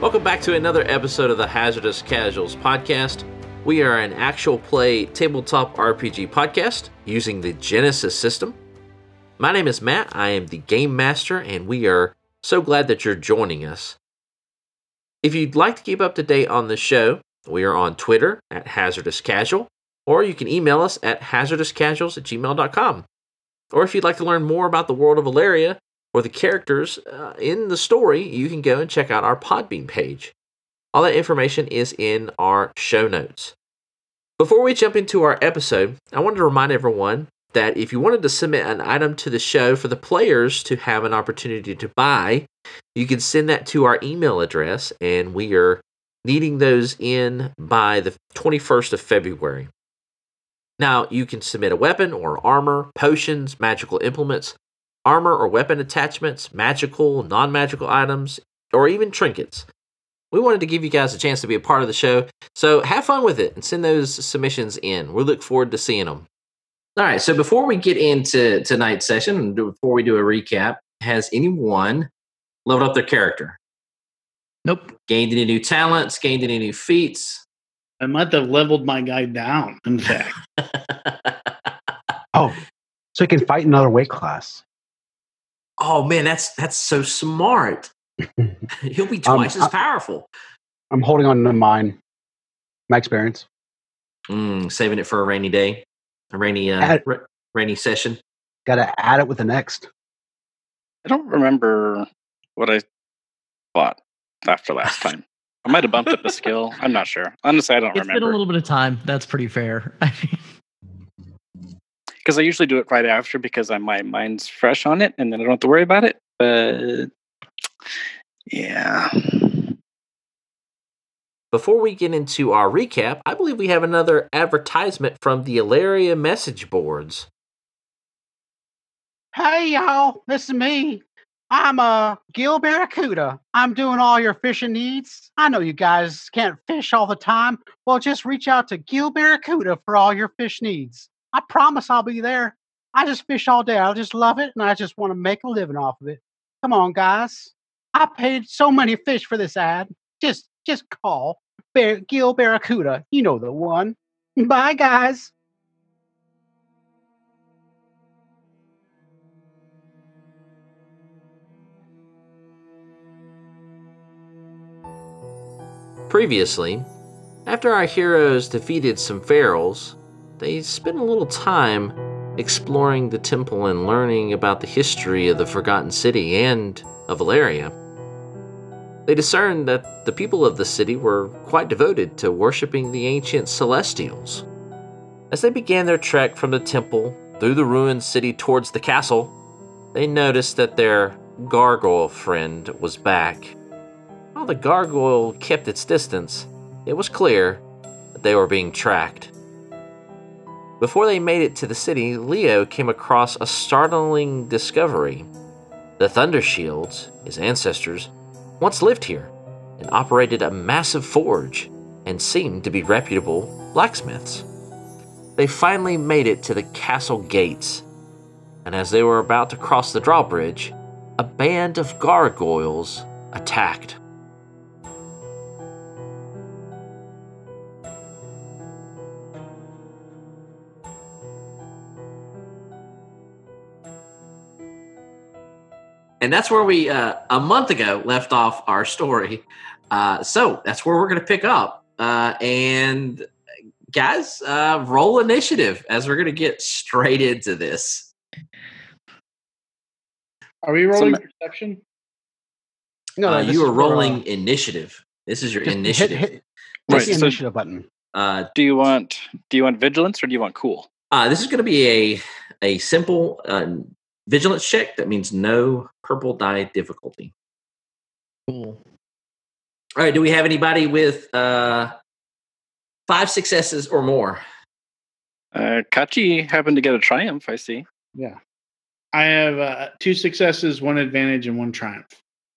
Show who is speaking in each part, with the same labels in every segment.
Speaker 1: Welcome back to another episode of the Hazardous Casuals podcast. We are an actual play tabletop RPG podcast using the Genesis system. My name is Matt. I am the game master, and we are so glad that you're joining us. If you'd like to keep up to date on the show, we are on Twitter at Hazardous Casual, or you can email us at hazardouscasuals at gmail.com. Or if you'd like to learn more about the world of Valeria or the characters uh, in the story, you can go and check out our Podbean page. All that information is in our show notes. Before we jump into our episode, I wanted to remind everyone that if you wanted to submit an item to the show for the players to have an opportunity to buy, you can send that to our email address, and we are needing those in by the 21st of February. Now, you can submit a weapon or armor, potions, magical implements, armor or weapon attachments, magical, non magical items, or even trinkets. We wanted to give you guys a chance to be a part of the show, so have fun with it and send those submissions in. We look forward to seeing them. All right, so before we get into tonight's session, and before we do a recap, has anyone leveled up their character?
Speaker 2: Nope.
Speaker 1: Gained any new talents? Gained any new feats?
Speaker 3: I might have leveled my guy down, in fact.
Speaker 4: Oh, so he can fight another weight class.
Speaker 1: oh man, that's that's so smart. He'll be twice
Speaker 4: Um,
Speaker 1: as
Speaker 4: I-
Speaker 1: powerful.
Speaker 4: I'm holding on to mine. My experience.
Speaker 1: Mm, saving it for a rainy day, a rainy uh,
Speaker 4: Add-
Speaker 1: ra- rainy session.
Speaker 4: Got to add it with the next.
Speaker 5: I don't remember what I bought after last time. I might have bumped up a skill. I'm not sure. Honestly, I don't
Speaker 2: It's been a
Speaker 5: remember
Speaker 2: little bit of time. That's pretty fair. I mean,
Speaker 5: because I usually do it right after because I, my mind's fresh on it and then I don't have to worry about it. But yeah,
Speaker 1: Before we get into our recap, I believe we have another advertisement from the Ilaria message boards.
Speaker 6: Hey y'all, this is me. I'm a gill barracuda. I'm doing all your fishing needs. I know you guys can't fish all the time. Well, just reach out to gill barracuda for all your fish needs. I promise I'll be there. I just fish all day. I just love it, and I just want to make a living off of it. Come on, guys. I paid so many fish for this ad. Just, just call Bear, gill barracuda. You know the one. Bye, guys.
Speaker 1: Previously, after our heroes defeated some ferals, they spent a little time exploring the temple and learning about the history of the Forgotten City and of Valeria. They discerned that the people of the city were quite devoted to worshiping the ancient celestials. As they began their trek from the temple through the ruined city towards the castle, they noticed that their gargoyle friend was back. While the gargoyle kept its distance, it was clear that they were being tracked. Before they made it to the city, Leo came across a startling discovery. The Thunder Shields, his ancestors, once lived here and operated a massive forge and seemed to be reputable blacksmiths. They finally made it to the castle gates, and as they were about to cross the drawbridge, a band of gargoyles attacked. and that's where we uh, a month ago left off our story uh, so that's where we're going to pick up uh, and guys uh, roll initiative as we're going to get straight into this
Speaker 3: Are we rolling
Speaker 5: Some-
Speaker 3: perception?
Speaker 4: No,
Speaker 1: uh,
Speaker 4: this
Speaker 1: you
Speaker 4: is
Speaker 1: are
Speaker 4: for, uh,
Speaker 1: rolling initiative this is your
Speaker 4: just
Speaker 1: initiative
Speaker 4: Hit, hit,
Speaker 5: Right,
Speaker 4: hit the
Speaker 5: so-
Speaker 4: initiative button.
Speaker 1: Uh,
Speaker 5: do you want do you want vigilance or do you want cool?
Speaker 1: uh, this is going to be a a simple uh, vigilance check that means no purple die difficulty
Speaker 2: cool.
Speaker 1: all right do we have anybody with uh, five successes or more
Speaker 5: Uh, Kachi happened to get a triumph. I see.
Speaker 3: Yeah. I have uh, two successes, one advantage, and one triumph.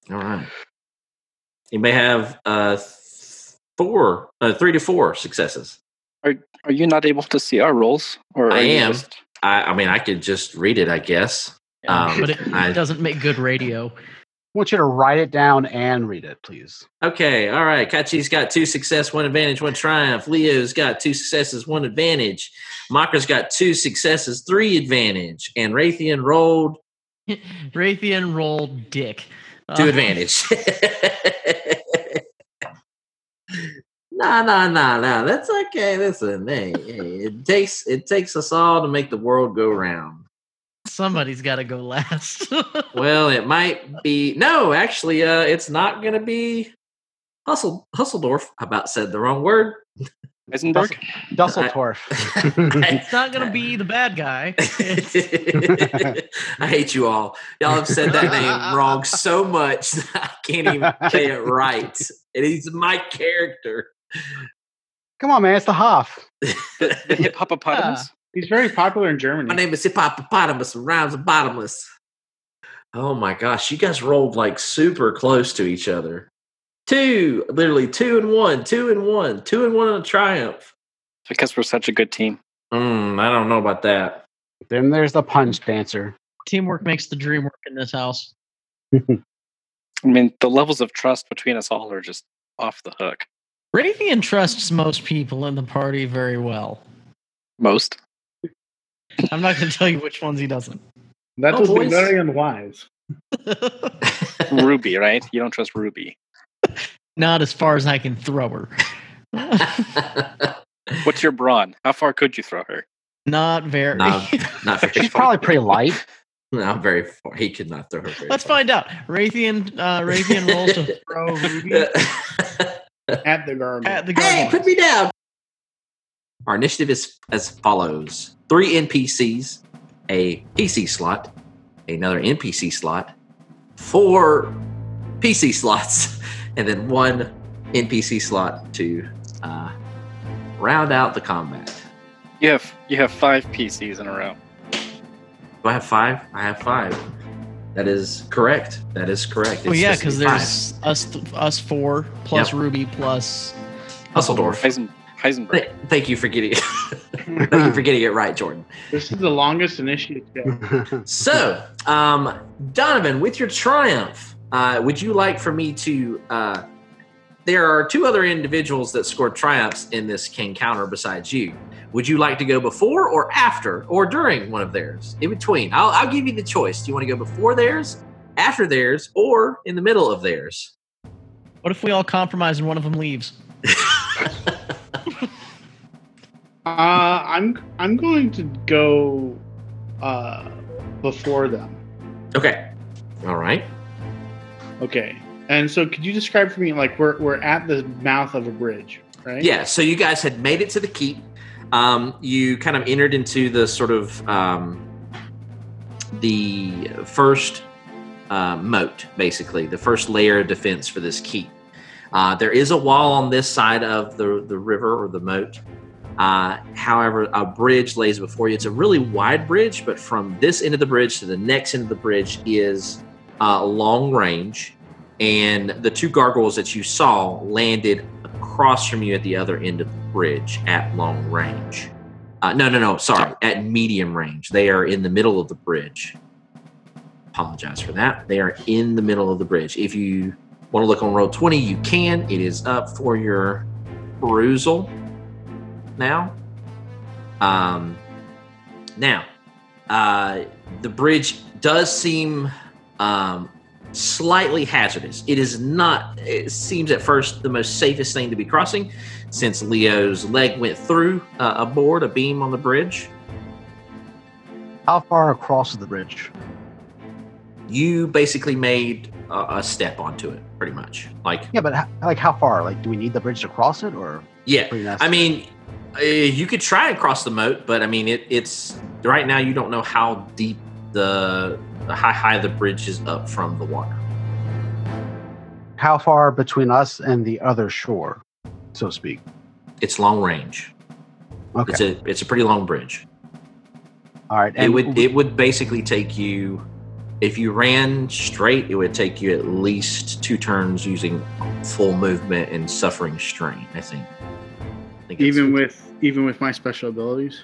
Speaker 1: All right. You may have uh, th- four, uh, three to four successes.
Speaker 5: Are you not able to see our rolls? Or
Speaker 1: I
Speaker 5: are you
Speaker 1: am.
Speaker 5: just-
Speaker 1: I, I mean, I could just read it, I guess. Um,
Speaker 2: but it
Speaker 1: I-
Speaker 2: doesn't make good radio.
Speaker 6: want you to write it down and read it, please.
Speaker 1: Okay, all right. Kachi's got two success, one advantage, one triumph. Leo's got two successes, one advantage. Maka's got two successes, three advantage. And Raytheon rolled
Speaker 2: Raytheon rolled dick.
Speaker 1: two
Speaker 2: Uh,
Speaker 1: advantage. nah, nah, nah, nah. That's okay. Listen, hey, hey, it takes it takes us all to make the world go round.
Speaker 2: Somebody's got to go last.
Speaker 1: Well, it might be. No, actually, uh, it's not going to be Hustle Husseldorf. I about said the wrong word.
Speaker 5: Eisenberg?
Speaker 6: Dusseldorf.
Speaker 2: it's not going to be the bad guy. It's-
Speaker 1: I hate you all. Y'all have said that name wrong so much that I can't even say it right. And he's my character.
Speaker 6: Come on, man. It's the Hoff.
Speaker 5: The hip hippopotamus?
Speaker 3: He's very popular in Germany.
Speaker 1: My name is Hippopotamus. and Rhymes with bottomless. Oh my gosh, you guys rolled like super close to each other. Two, literally two and one, two and one, two and one on a triumph.
Speaker 5: Because we're such a good team.
Speaker 1: Mm, I don't know about that.
Speaker 4: Then there's the punch dancer.
Speaker 2: Teamwork makes the dream work in this house.
Speaker 5: I mean, the levels of trust between us all are just off the hook.
Speaker 2: Raytheon trusts most people in the party very well.
Speaker 5: Most.
Speaker 2: I'm not going to tell you which ones he doesn't.
Speaker 3: That
Speaker 1: Oh,
Speaker 3: would be
Speaker 1: boys.
Speaker 3: very unwise.
Speaker 5: Ruby, right? You don't trust Ruby.
Speaker 2: not as far as I can throw her.
Speaker 5: What's your brawn? How far could you throw her?
Speaker 2: not very.
Speaker 1: No, not very
Speaker 4: She's
Speaker 1: far.
Speaker 4: probably pretty light.
Speaker 1: Not very far. He could not throw her. Very
Speaker 2: Let's
Speaker 1: far.
Speaker 2: find out. Raytheon, uh, Raytheon rolls to throw Ruby
Speaker 3: At the garden.
Speaker 2: at the
Speaker 1: hey,
Speaker 2: guard.
Speaker 1: put me down. Our initiative is as follows: three NPCs, a PC slot, another NPC slot, four PC slots, and then one NPC slot to uh, round out the combat.
Speaker 5: You have you have five PCs in a row.
Speaker 1: Do I have five? I have five. That is correct. That is correct.
Speaker 2: well,
Speaker 1: It's
Speaker 2: yeah,
Speaker 1: listed
Speaker 2: because
Speaker 1: five.
Speaker 2: there's us, th- us four plus Ruby plus
Speaker 1: Husseldorf.
Speaker 5: Heisen, Heisenberg.
Speaker 1: Th- Thank you for getting. thank you for getting it right, Jordan.
Speaker 3: This is the longest initiative. yet.
Speaker 1: So, um, Donovan, with your triumph, uh, would you like for me to? Uh, there are two other individuals that scored triumphs in this king counter besides you. Would you like to go before or after or during one of theirs? In between, I'll, I'll give you the choice. Do you want to go before theirs, after theirs, or in the middle of theirs?
Speaker 2: What if we all compromise and one of them leaves?
Speaker 3: Uh, I'm I'm going to go uh, before them.
Speaker 1: Okay. All right.
Speaker 3: Okay. And so, could you describe for me, like, we're we're at the mouth of a bridge, right?
Speaker 1: Yeah, so you guys had made it to the keep. Um, you kind of entered into the sort of um, the first uh, moat, basically the first layer of defense for this keep. Uh, there is a wall on this side of the the river or the moat. Uh, however, a bridge lays before you. It's a really wide bridge, but from this end of the bridge to the next end of the bridge is uh, long range and the two gargoyles that you saw landed across from you at the other end of the bridge at long range. Uh, no, no, no, sorry, at medium range. They are in the middle of the bridge. Apologize for that. They are in the middle of the bridge. If you want to look on roll 20, you can. It is up for your perusal now. Um, now, uh, the bridge does seem um, slightly hazardous. It is not, it seems at first, the most safest thing to be crossing since Leo's leg went through uh, a board, a beam on the bridge.
Speaker 6: How far across the bridge?
Speaker 1: You basically made a, a step onto it, pretty much. Like,
Speaker 6: Yeah, but h- like how far? Like, do we need the bridge to cross it, or
Speaker 1: yeah.
Speaker 6: pretty nice?
Speaker 1: I mean, uh, you could try and cross the moat, but I mean, it, it's right now you don't know how deep the, the how high the bridge is up from the water.
Speaker 6: how far between us and the other shore, so to speak?
Speaker 1: It's long range.
Speaker 6: Okay,
Speaker 1: It's a it's a pretty long bridge.
Speaker 6: all right.
Speaker 1: it would it would basically take you if you ran straight it would take you at least two turns using full movement and suffering strain i think, I think
Speaker 3: Even
Speaker 1: that's-
Speaker 3: with even with my special abilities.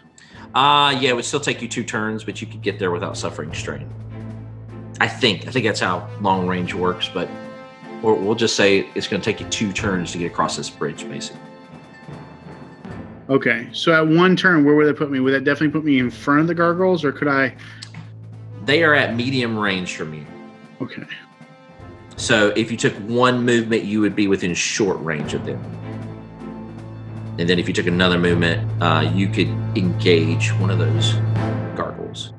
Speaker 1: uh yeah it would still take you two turns but you could get there without suffering strain I think. I think that's how long range works, but we'll, we'll just say it's going to take you two turns to get across this bridge, basically.
Speaker 3: Okay, so at one turn, where would that put me? Would that definitely put me in front of the gargoyles, or could I?
Speaker 1: They are at medium range from you.
Speaker 3: Okay,
Speaker 1: So if you took one movement, you would be within short range of them. And then if you took another movement, uh, you could engage one of those gargoyles.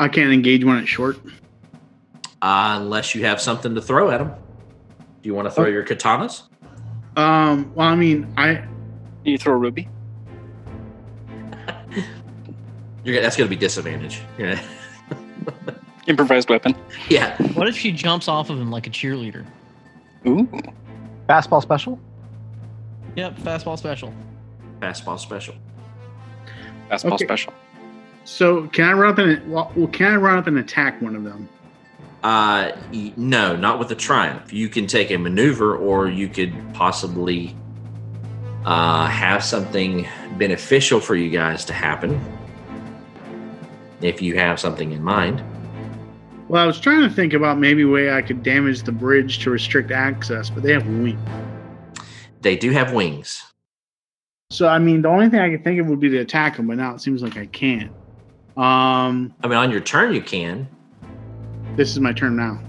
Speaker 3: I can't engage one at short.
Speaker 1: Uh, unless you have something to throw at them. Do you want to throw your katanas?
Speaker 3: Um, well, I mean, I
Speaker 5: You throw a ruby.
Speaker 1: You're gonna, that's going to be disadvantage. You're gonna-
Speaker 5: Improvised weapon.
Speaker 1: yeah.
Speaker 2: What if she jumps off of him like a cheerleader?
Speaker 5: Ooh.
Speaker 4: Fastball special?
Speaker 2: Yep, fastball special.
Speaker 1: Fastball special.
Speaker 5: Fastball
Speaker 3: Okay.
Speaker 5: special.
Speaker 3: so can I run up and well, well, can I run up and attack one of them?
Speaker 1: Uh, y- no, not with a triumph. You can take a maneuver, or you could possibly uh, have something beneficial for you guys to happen if you have something in mind.
Speaker 3: Well, I was trying to think about maybe a way I could damage the bridge to restrict access, but they have wings.
Speaker 1: They do have wings.
Speaker 3: So I mean, the only thing I could think of would be to attack them, but now it seems like I can't. Um,
Speaker 1: I mean, on your turn, you can.
Speaker 3: this is my turn now.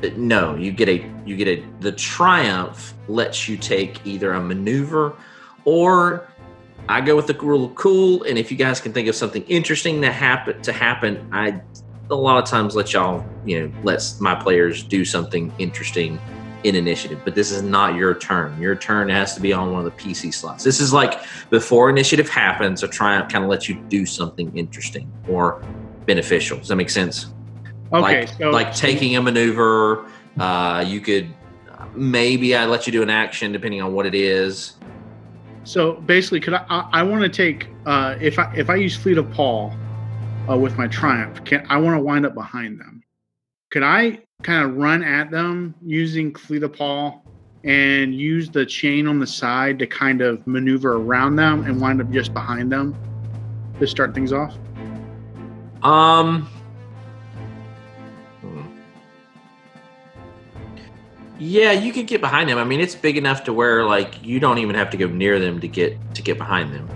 Speaker 1: But no, you get a you get a the triumph lets you take either a maneuver or I go with the rule of cool. And if you guys can think of something interesting that happen to happen, I a lot of times let y'all you know lets my players do something interesting in initiative. But this is not your turn. Your turn has to be on one of the PC slots. This is like before initiative happens, a triumph kind of lets you do something interesting or beneficial. Does that make sense?
Speaker 3: Okay,
Speaker 1: like,
Speaker 3: so
Speaker 1: like taking a maneuver. Uh, you could maybe I let you do an action depending on what it is.
Speaker 3: So basically, could I? I, I want to take uh, if I if I use fleet of paw uh, with my triumph, can I want to wind up behind them? Could I kind of run at them using fleet of paw and use the chain on the side to kind of maneuver around them and wind up just behind them to start things off?
Speaker 1: Um. hmm. Yeah, you could get behind them. I mean, it's big enough to where like you don't even have to go near them to get to get behind them.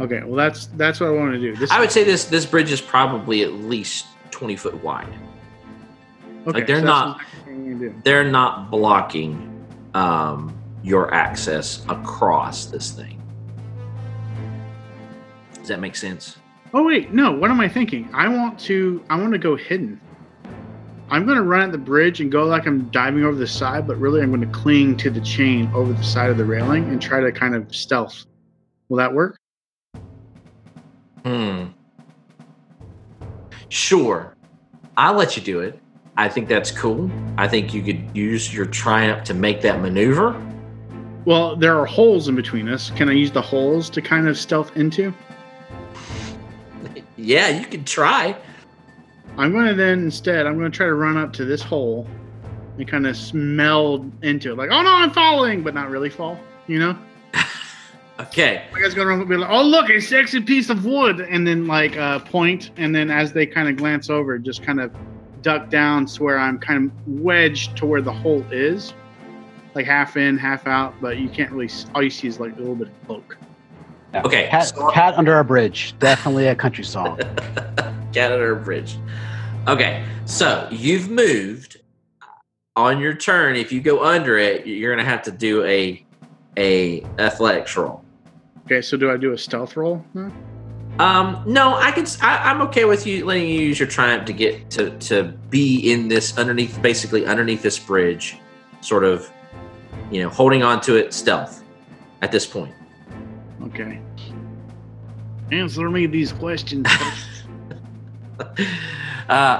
Speaker 3: Okay, well that's that's what I want to do. This
Speaker 1: I would say this this bridge is probably at least twenty foot wide.
Speaker 3: okay,
Speaker 1: like, they're
Speaker 3: that's
Speaker 1: not-
Speaker 3: exactly what I'm gonna do.
Speaker 1: They're not blocking um, your access across this thing. Does that make sense?
Speaker 3: Oh wait, no. What am I thinking? I want to. I want to go hidden. I'm going to run at the bridge and go like I'm diving over the side, but really I'm going to cling to the chain over the side of the railing and try to kind of stealth. Will that work?
Speaker 1: Hmm. Sure. I'll let you do it. I think that's cool. I think you could use your triumph to make that maneuver.
Speaker 3: Well, there are holes in between us. Can I use the holes to kind of stealth into?
Speaker 1: Yeah, you could try.
Speaker 3: I'm going to then instead. I'm going to try to run up to this hole and kind of smell into it, like, oh no, I'm falling, but not really fall. You know,
Speaker 1: Okay.
Speaker 3: I guys going to be like, oh look, a sexy piece of wood, and then like uh, point, and then as they kind of glance over, just kind of duck down to where I'm kind of wedged to where the hole is, like half in, half out, but you can't really. s- All you see is like a little bit of cloak.
Speaker 1: Okay.
Speaker 4: Cat,
Speaker 1: so-
Speaker 4: cat under a bridge. Definitely a country song.
Speaker 1: Cat under a bridge. Okay. So you've moved. On your turn, if you go under it, you're gonna have to do a a athletics roll.
Speaker 3: Okay, so do I do a stealth roll? Hmm, now?
Speaker 1: Um, no, I can. s- I, am okay with you letting you use your triumph to get to to be in this underneath, basically underneath this bridge, sort of, you know, holding on to it stealth at this point.
Speaker 3: Okay. Answer me these questions.
Speaker 1: uh,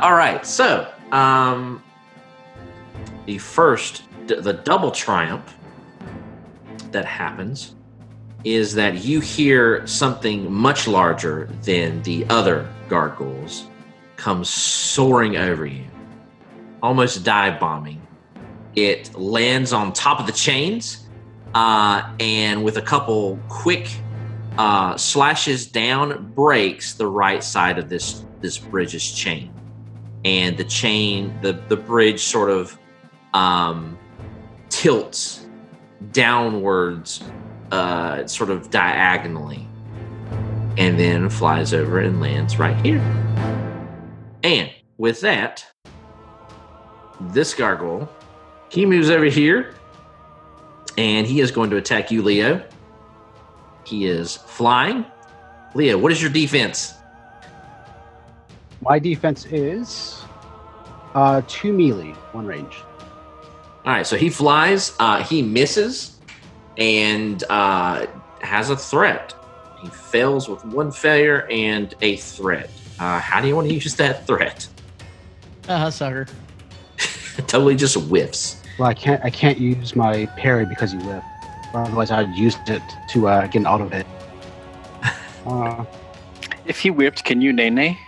Speaker 1: all right, so um, the first, d- the double triumph that happens is that you hear something much larger than the other gargoyles come soaring over you, almost dive bombing. It lands on top of the chains, uh, and with a couple quick uh, slashes down, breaks the right side of this this bridge's chain. and the chain, the the bridge, sort of um, tilts downwards, uh, sort of diagonally, and then flies over and lands right here. And with that, this gargoyle, he moves over here, and he is going to attack you, Leo. He is flying. Leo, what is your defense?
Speaker 4: My defense is uh, two melee, one range.
Speaker 1: All right, so he flies, uh, he misses, and uh, has a threat. He fails with one failure and a threat. Uh, how do you want to use that threat?
Speaker 2: Uh, sucker.
Speaker 1: totally just whiffs.
Speaker 4: Well, I can't. I can't use my parry because you live. Otherwise, I'd use it to uh, get an auto hit. Uh,
Speaker 5: If he whipped, can you nay nay?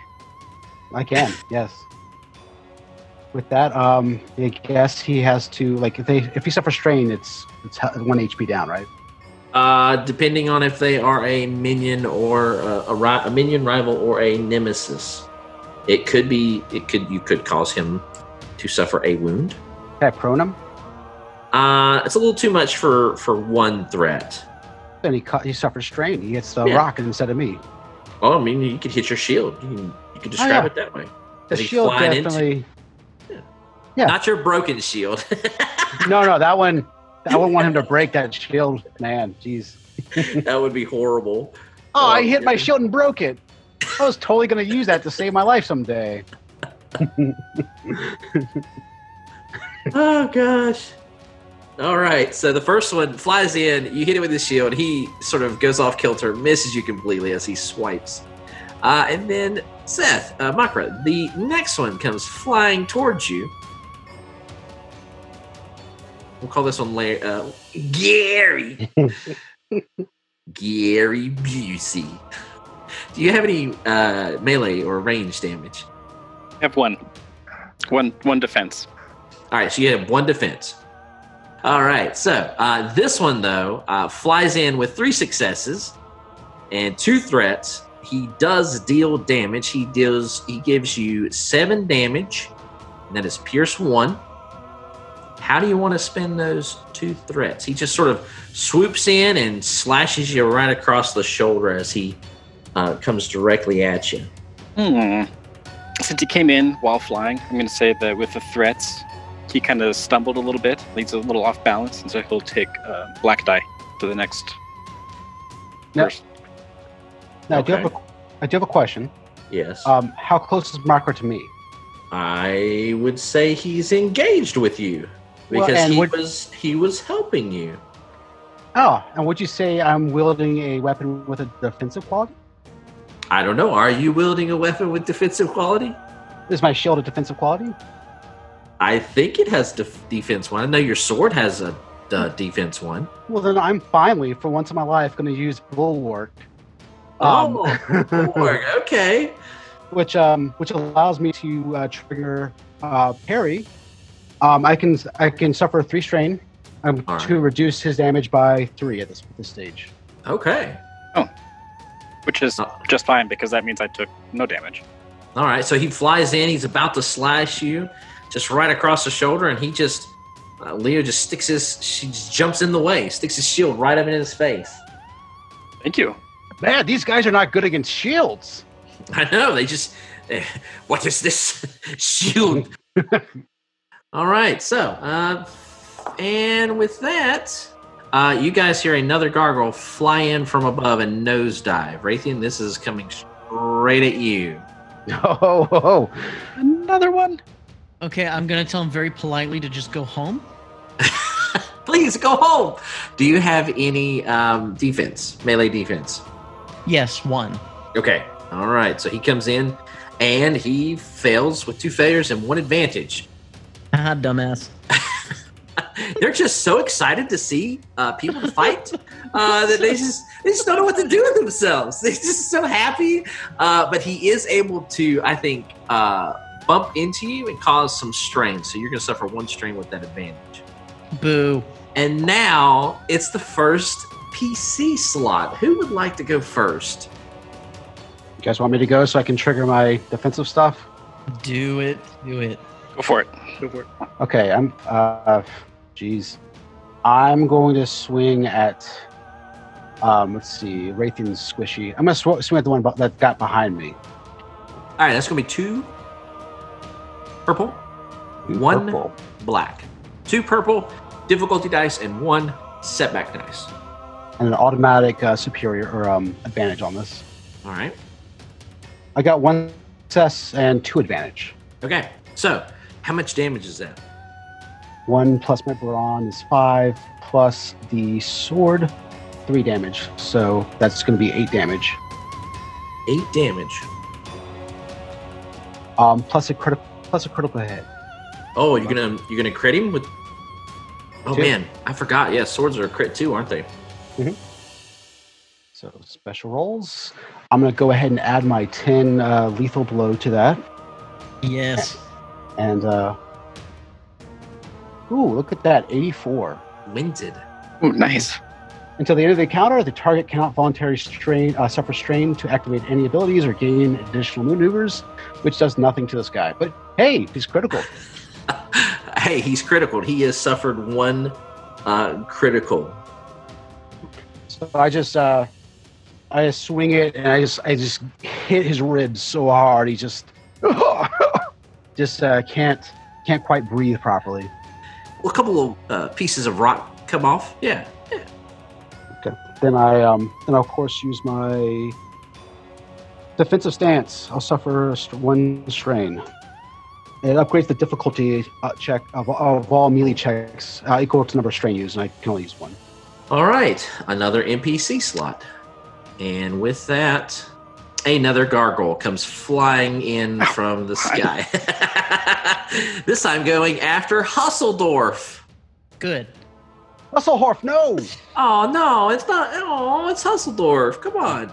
Speaker 4: I can. yes. With that, um, I guess he has to like if they if he suffers strain, it's it's h- one HP down, right?
Speaker 1: Uh, depending on if they are a minion or uh, a, a, ri- a minion rival or a nemesis, it could be. It could you could cause him to suffer a wound.
Speaker 4: Can I prone him?
Speaker 1: Uh, it's a little too much for for one threat.
Speaker 4: Then he cu- he suffers strain. He gets the
Speaker 1: Yeah.
Speaker 4: rock instead of me.
Speaker 1: Well, Oh, I mean, you could hit your shield. You can you could describe
Speaker 4: Oh, yeah.
Speaker 1: it that way.
Speaker 4: The
Speaker 1: Is he
Speaker 4: shield
Speaker 1: flying into-
Speaker 4: definitely. Yeah.
Speaker 1: Not your broken shield.
Speaker 4: No, no, that one. I wouldn't want him to break that shield, man. Jeez.
Speaker 1: that would be horrible.
Speaker 4: Oh, I
Speaker 1: Oh,
Speaker 4: hit my
Speaker 1: yeah.
Speaker 4: shield and broke it. I was totally gonna use that to save my life someday.
Speaker 1: oh gosh. All right. So the first one flies in. You hit it with his shield. He sort of goes off kilter, misses you completely as he swipes. Uh, and then Seth, uh, Makra, the next one comes flying towards you. We'll call this one Larry, uh, Gary. Gary Busey. Do you have any uh, melee or range damage?
Speaker 5: I have one. One one defense.
Speaker 1: All right, so you have one defense. All right, so uh, this one though uh, flies in with three successes and two threats. He does deal damage. He deals. He gives you seven damage, and that is pierce one. How do you want to spend those two threats? He just sort of swoops in and slashes you right across the shoulder as he uh, comes directly at you.
Speaker 5: Hmm. Since he came in while flying, I'm going to say that with the threats, he kind of stumbled a little bit. He's a little off balance, and so he'll take uh, black die to the next.
Speaker 4: No.
Speaker 5: person.
Speaker 4: Now, I do have
Speaker 1: Okay.
Speaker 4: a, I do have a question.
Speaker 1: Yes,
Speaker 4: Um, how close is Marco to me?
Speaker 1: I would say he's engaged with you
Speaker 4: Well,
Speaker 1: because
Speaker 4: and
Speaker 1: he
Speaker 4: would-
Speaker 1: was he was helping you.
Speaker 4: Oh, and would you say I'm wielding a weapon with a defensive quality?
Speaker 1: I don't know. Are you wielding a weapon with defensive quality?
Speaker 4: Is my shield a defensive quality?
Speaker 1: I think it has def- defense one. I know your sword has a uh, defense one.
Speaker 4: Well, then I'm finally, for once in my life, going to use bulwark. Um,
Speaker 1: Oh, Borg, okay.
Speaker 4: which um, which allows me to uh, trigger uh, parry. Um, I can I can suffer three strain um,
Speaker 1: All
Speaker 4: to reduce his damage by three at this, this stage.
Speaker 1: Okay.
Speaker 5: Which is
Speaker 1: Oh.
Speaker 5: just fine because that means I took no damage.
Speaker 1: All right. So he flies in. He's about to slash you, just right across the shoulder, and he just uh, Leo just sticks his she just jumps in the way, sticks his shield right up in his face.
Speaker 5: Thank you.
Speaker 4: Man, these guys are not good against shields.
Speaker 1: I know. They just, eh, what is this shield? All right. So, uh, and with that, uh, you guys hear another gargoyle fly in from above and nosedive. Raytheon, this is coming straight at you.
Speaker 4: Oh, oh,
Speaker 5: Another one.
Speaker 2: Okay, I'm gonna tell him very politely to just go home.
Speaker 1: Please go home. Do you have any um, defense, melee defense?
Speaker 2: Yes, one.
Speaker 1: Okay. All right. So he comes in and he fails with two failures and one advantage.
Speaker 2: Ah, dumbass.
Speaker 1: They're just so excited to see uh, people fight uh, that they just they just don't know what to do with themselves. They're just so happy. Uh, but he is able to, I think, uh, bump into you and cause some strain. So you're going to suffer one strain with that advantage.
Speaker 2: Boo.
Speaker 1: And now it's the first PC slot. Who would like to go first?
Speaker 4: you guys want me to go so I can trigger my defensive stuff?
Speaker 2: Do it. Do it.
Speaker 5: Go for it.
Speaker 3: Go for it.
Speaker 4: Okay, I'm. Uh, jeez, I'm going to swing at. Um, let's see, Raytheon's squishy. I'm gonna sw- swing at the one bu- that got behind me.
Speaker 1: All right, that's gonna be two purple, one
Speaker 4: Purple.
Speaker 1: black, two purple difficulty dice, and one setback dice.
Speaker 4: and an automatic uh, superior or um, advantage on this.
Speaker 1: All right.
Speaker 4: I got one success and two advantage.
Speaker 1: Okay. So, how much damage is that?
Speaker 4: One plus my brawn is five, plus the sword, three damage. So that's going to be eight damage.
Speaker 1: Eight damage.
Speaker 4: Um, plus a critical plus a critical hit.
Speaker 1: Oh, you're gonna you're gonna crit him with. Oh
Speaker 4: Two.
Speaker 1: man, I forgot. Yeah, swords are a crit too, aren't they?
Speaker 4: So special rolls. I'm going to go ahead and add my ten uh, lethal blow to that,
Speaker 2: Yes.
Speaker 4: and uh, ooh, look at that, 84.
Speaker 1: Winded.
Speaker 5: Oh, nice.
Speaker 4: Until the end of the counter, the target cannot voluntarily strain, uh, suffer strain to activate any abilities or gain additional maneuvers, which does nothing to this guy. But hey, he's critical.
Speaker 1: hey, he's critical. He has suffered one uh, critical.
Speaker 4: So I just, uh, I just swing it and I just, I just hit his ribs so hard he just, just uh, can't, can't quite breathe properly.
Speaker 1: Well, a couple of uh, pieces of rock come off. Yeah.
Speaker 4: Then I, um, then I of course use my defensive stance. I'll suffer st- one strain. It upgrades the difficulty uh, check of, of all melee checks uh, equal to number of strain used, and I can only use one.
Speaker 1: All right, another NPC slot, and with that, another gargoyle comes flying in
Speaker 5: Ow.
Speaker 1: from the sky. this time, going after Husseldorf.
Speaker 2: Good.
Speaker 4: Musselhorf, no!
Speaker 1: Oh no, it's not. Oh, it's Husseldorf. Come on.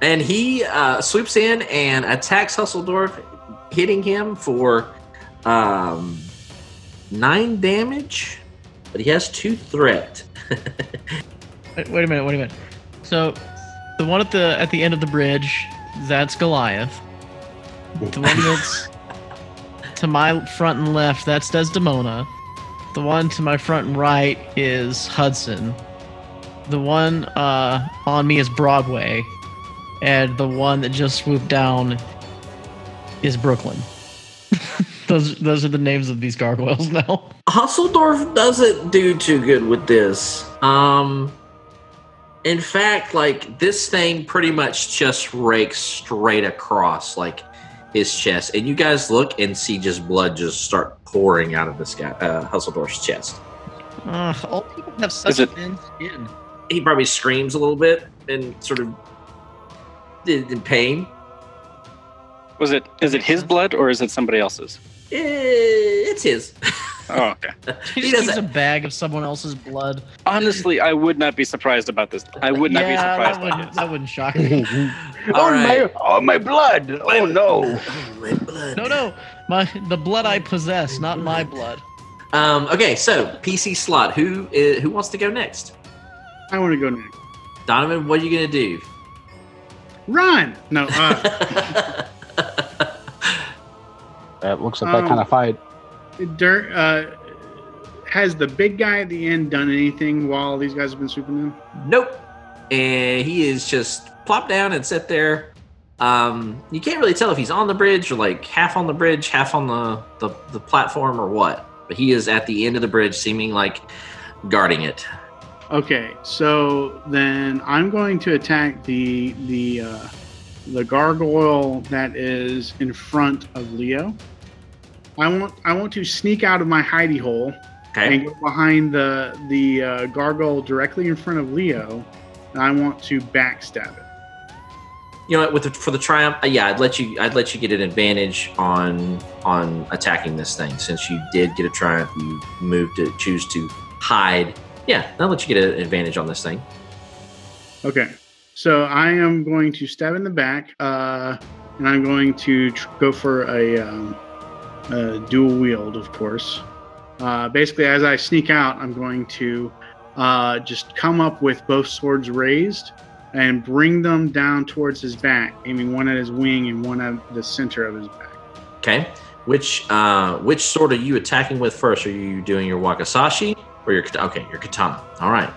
Speaker 1: and he uh, swoops in and attacks Husseldorf, hitting him for um, nine damage. But he has two threat.
Speaker 2: Wait, wait a minute. Wait a minute. So, the one at the at the end of the bridge, that's Goliath. The one that's to my front and left, that's Desdemona. The one to my front and right is Hudson. The one uh, on me is Broadway, and the one that just swooped down is Brooklyn. those those are the names of these gargoyles now.
Speaker 1: Husseldorf doesn't do too good with this. Um, in fact, like this thing pretty much just rakes straight across like his chest, and you guys look and see just blood just start pouring out of this guy uh, Husseldorf's chest.
Speaker 2: Uh, all people have such
Speaker 5: Is it-
Speaker 2: thin skin.
Speaker 1: He probably screams a little bit and sort of in in pain.
Speaker 5: Was it? Is it his blood or is it somebody else's?
Speaker 1: Eh, It's his.
Speaker 5: Oh, okay.
Speaker 2: He
Speaker 1: He
Speaker 2: just keeps a
Speaker 1: doesn't-
Speaker 2: bag of someone else's blood.
Speaker 5: Honestly, I would not be surprised about this. I would not be surprised
Speaker 2: That
Speaker 5: by
Speaker 2: wouldn't,
Speaker 5: this.
Speaker 2: that wouldn't shock me.
Speaker 1: All right.
Speaker 4: oh, my blood! Oh, no!
Speaker 1: My blood.
Speaker 2: No, no, my the blood I possess, not my blood.
Speaker 1: Um, okay, so PC slot. Who i- who wants to go next?
Speaker 3: I want to go next.
Speaker 1: Donovan, what are you gonna do?
Speaker 3: Run. No. Uh,
Speaker 4: That looks like that
Speaker 3: Um,
Speaker 4: kind of fight.
Speaker 3: Dirt uh, has the big guy at the end done anything while these guys have been swooping them?
Speaker 1: nope. And he is just plopped down and sit there. Um, you can't really tell if he's on the bridge or like half on the bridge, half on the, the, the platform or what. But he is at the end of the bridge, seeming like guarding it.
Speaker 3: Okay, so then I'm going to attack the the uh, the gargoyle that is in front of Leo. I want I want to sneak out of my hidey hole and
Speaker 1: Okay.
Speaker 3: go behind the the uh, gargoyle directly in front of Leo, and I want to backstab it.
Speaker 1: You know what? With the, for the triumph, uh, yeah, I'd let you. I'd let you get an advantage on on attacking this thing since you did get a triumph. You moved to choose to hide. Yeah, I'll let you get an advantage on this thing.
Speaker 3: Okay, so I am going to stab in the back, uh, and I'm going to tr- go for a, um, a dual wield, of course. Uh, basically, as I sneak out, I'm going to uh, just come up with both swords raised and bring them down towards his back, aiming one at his wing and one at the center of his back.
Speaker 1: Okay. Which uh, which sword are you attacking with first? Are you doing your wakasashi or your kata- okay your katana? All right.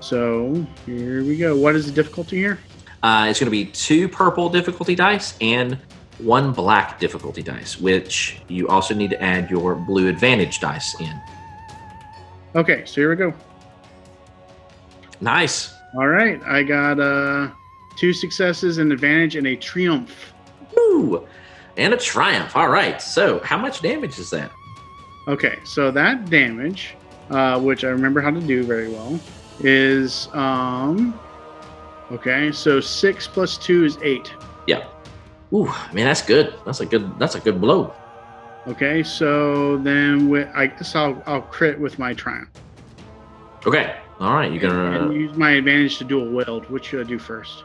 Speaker 3: So here we go. What is the difficulty here?
Speaker 1: Uh, it's going to be two purple difficulty dice and one black difficulty dice, which you also need to add your blue advantage dice in.
Speaker 3: Okay, so here we go.
Speaker 1: Nice.
Speaker 3: All right, I got uh, two successes, an advantage, and a triumph.
Speaker 1: Woo! And a triumph. All right. So, how much damage is that?
Speaker 3: Okay, so that damage, uh, which I remember how to do very well, is um, okay. So six plus two is eight.
Speaker 1: Yeah. Ooh, man, that's good. That's a good. That's a good blow.
Speaker 3: Okay, so then wi- I guess I'll I'll crit with my triumph.
Speaker 1: Okay. All right. You're
Speaker 3: and
Speaker 1: gonna
Speaker 3: use my advantage to dual wield. Which should I do first?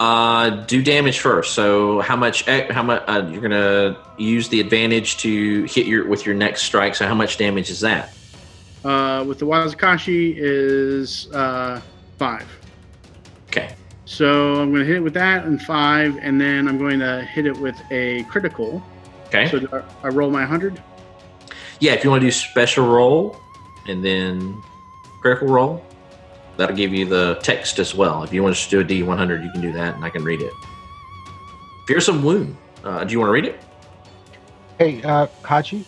Speaker 1: uh, do damage first. So, how much? eh, How much? Uh, you're gonna use the advantage to hit your with your next strike. So, how much damage is that?
Speaker 3: Uh, with the Wazakashi is uh, five.
Speaker 1: Okay.
Speaker 3: So I'm going to hit it with that and five, and then I'm going to hit it with a critical.
Speaker 1: Okay.
Speaker 3: So do I, I roll my hundred.
Speaker 1: yeah, if you want to do special roll and then critical roll, that'll give you the text as well. If you want to just do a D100, you can do that, and I can read it. Fearsome Wound. Uh, do you want to read it?
Speaker 4: Hey, uh, Kachi,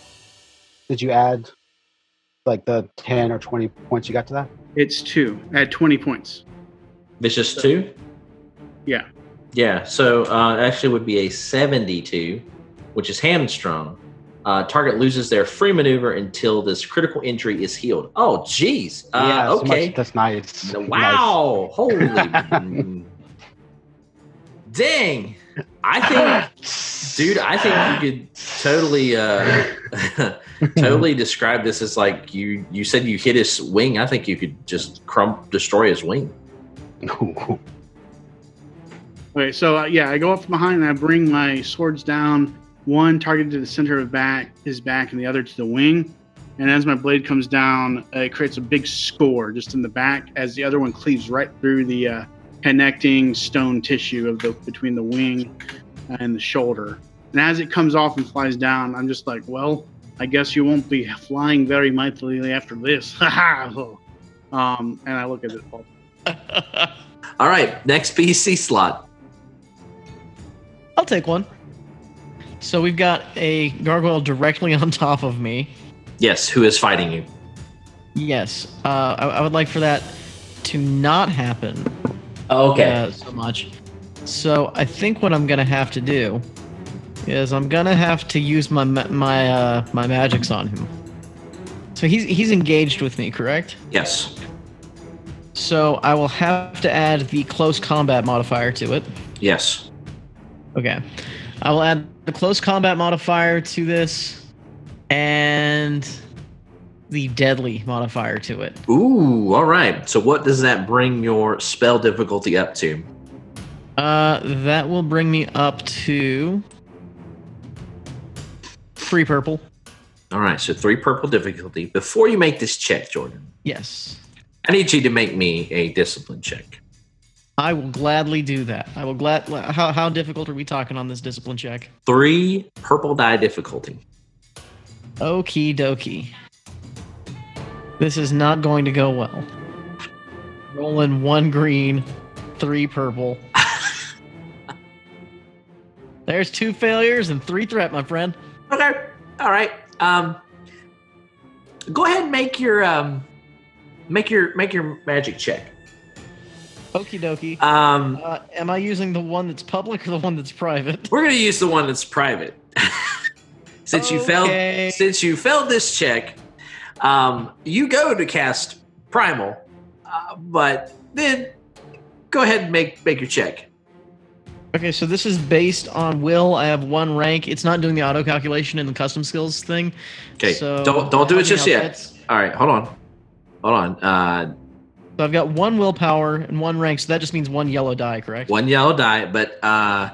Speaker 4: did you add like the 10 or 20 points you got to that?
Speaker 3: It's two at twenty points.
Speaker 1: This is two.
Speaker 3: Yeah.
Speaker 1: Yeah. So uh, it actually, would be a seventy-two, which is hamstrung. Uh, target loses their free maneuver until this critical injury is healed. Oh, jeez. Uh,
Speaker 4: so much-
Speaker 1: okay.
Speaker 4: that's nice. Nice.
Speaker 1: Wow! Holy mm. dang! I think, dude, I think you could totally, uh, totally describe this as like you. You said you hit his wing. I think you could just crump destroy his wing.
Speaker 3: Okay. So uh, yeah, I go up from behind and I bring my swords down. One targeted to the center of back his back, and the other to the wing. And as my blade comes down, uh, it creates a big score just in the back as the other one cleaves right through the uh, connecting stone tissue of the between the wing and the shoulder. And as it comes off and flies down, I'm just like, well, I guess you won't be flying very mightily after this. Ha ha. um, and I look at it.
Speaker 1: All right, next PC slot.
Speaker 2: I'll take one. So we've got a gargoyle directly on top of me.
Speaker 1: Yes, who is fighting you?
Speaker 2: Yes, uh, I, I would like for that to not happen uh, so much. So I think what I'm gonna have to do is I'm gonna have to use my ma- my uh, my magics on him. So he's he's engaged with me, correct?
Speaker 1: Yes.
Speaker 2: So I will have to add the close combat modifier to it.
Speaker 1: Yes.
Speaker 2: Okay. I will add the close combat modifier to this and the deadly modifier to it.
Speaker 1: Ooh. All right. So what does that bring your spell difficulty up to?
Speaker 2: Uh, that will bring me up to free purple.
Speaker 1: All right. So three purple difficulty. Before you make this check, Jordan.
Speaker 2: Yes.
Speaker 1: I need you to make me a discipline check.
Speaker 2: I will gladly do that. I will glad. How, how difficult are we talking on this discipline check?
Speaker 1: Three purple die difficulty.
Speaker 2: Okie dokie. This is not going to go well. Rolling one green, three purple. There's two failures and three threat, my friend.
Speaker 1: Okay. All right. Um, go ahead and make your um, make your make your magic check.
Speaker 2: Okie dokie.
Speaker 1: Um,
Speaker 2: Uh, am I using the one that's public or the one that's private?
Speaker 1: we're gonna use the one that's private. since you failed,
Speaker 2: Okay.
Speaker 1: since you failed this check, um, you go to cast primal, uh, but then go ahead and make make your check.
Speaker 2: Okay, so this is based on will. I have one rank. It's not doing the auto calculation in the custom skills thing.
Speaker 1: Okay.
Speaker 2: So
Speaker 1: don't don't do it
Speaker 2: help me
Speaker 1: just
Speaker 2: out.
Speaker 1: yet.
Speaker 2: That's-
Speaker 1: All right. Hold on. Hold on. Uh,
Speaker 2: So I've got one willpower and one rank, so that just means one yellow die, correct?
Speaker 1: one yellow die but uh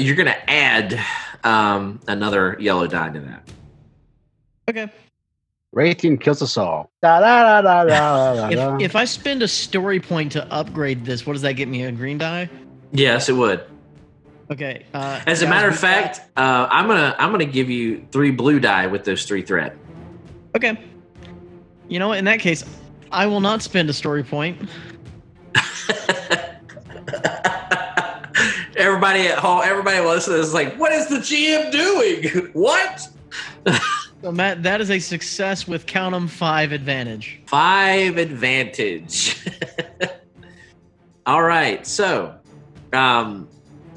Speaker 1: you're gonna add um another yellow die to that
Speaker 2: Okay.
Speaker 4: Raytheon kills us all. Da, da, da, da, da, da, da.
Speaker 2: If, if I spend a story point to upgrade this, what does that get me? A green die?
Speaker 1: Yes, it would.
Speaker 2: Okay. Uh,
Speaker 1: As a
Speaker 2: guys,
Speaker 1: matter of
Speaker 2: we've got-
Speaker 1: fact, uh, I'm gonna I'm gonna give you three blue die with those three threat.
Speaker 2: Okay. You know what? In that case, I will not spend a story point.
Speaker 1: everybody at home, everybody listening is like, what is the GM doing? What?
Speaker 2: So Matt, that is a success with count 'em five advantage.
Speaker 1: Five advantage. All right. So, um,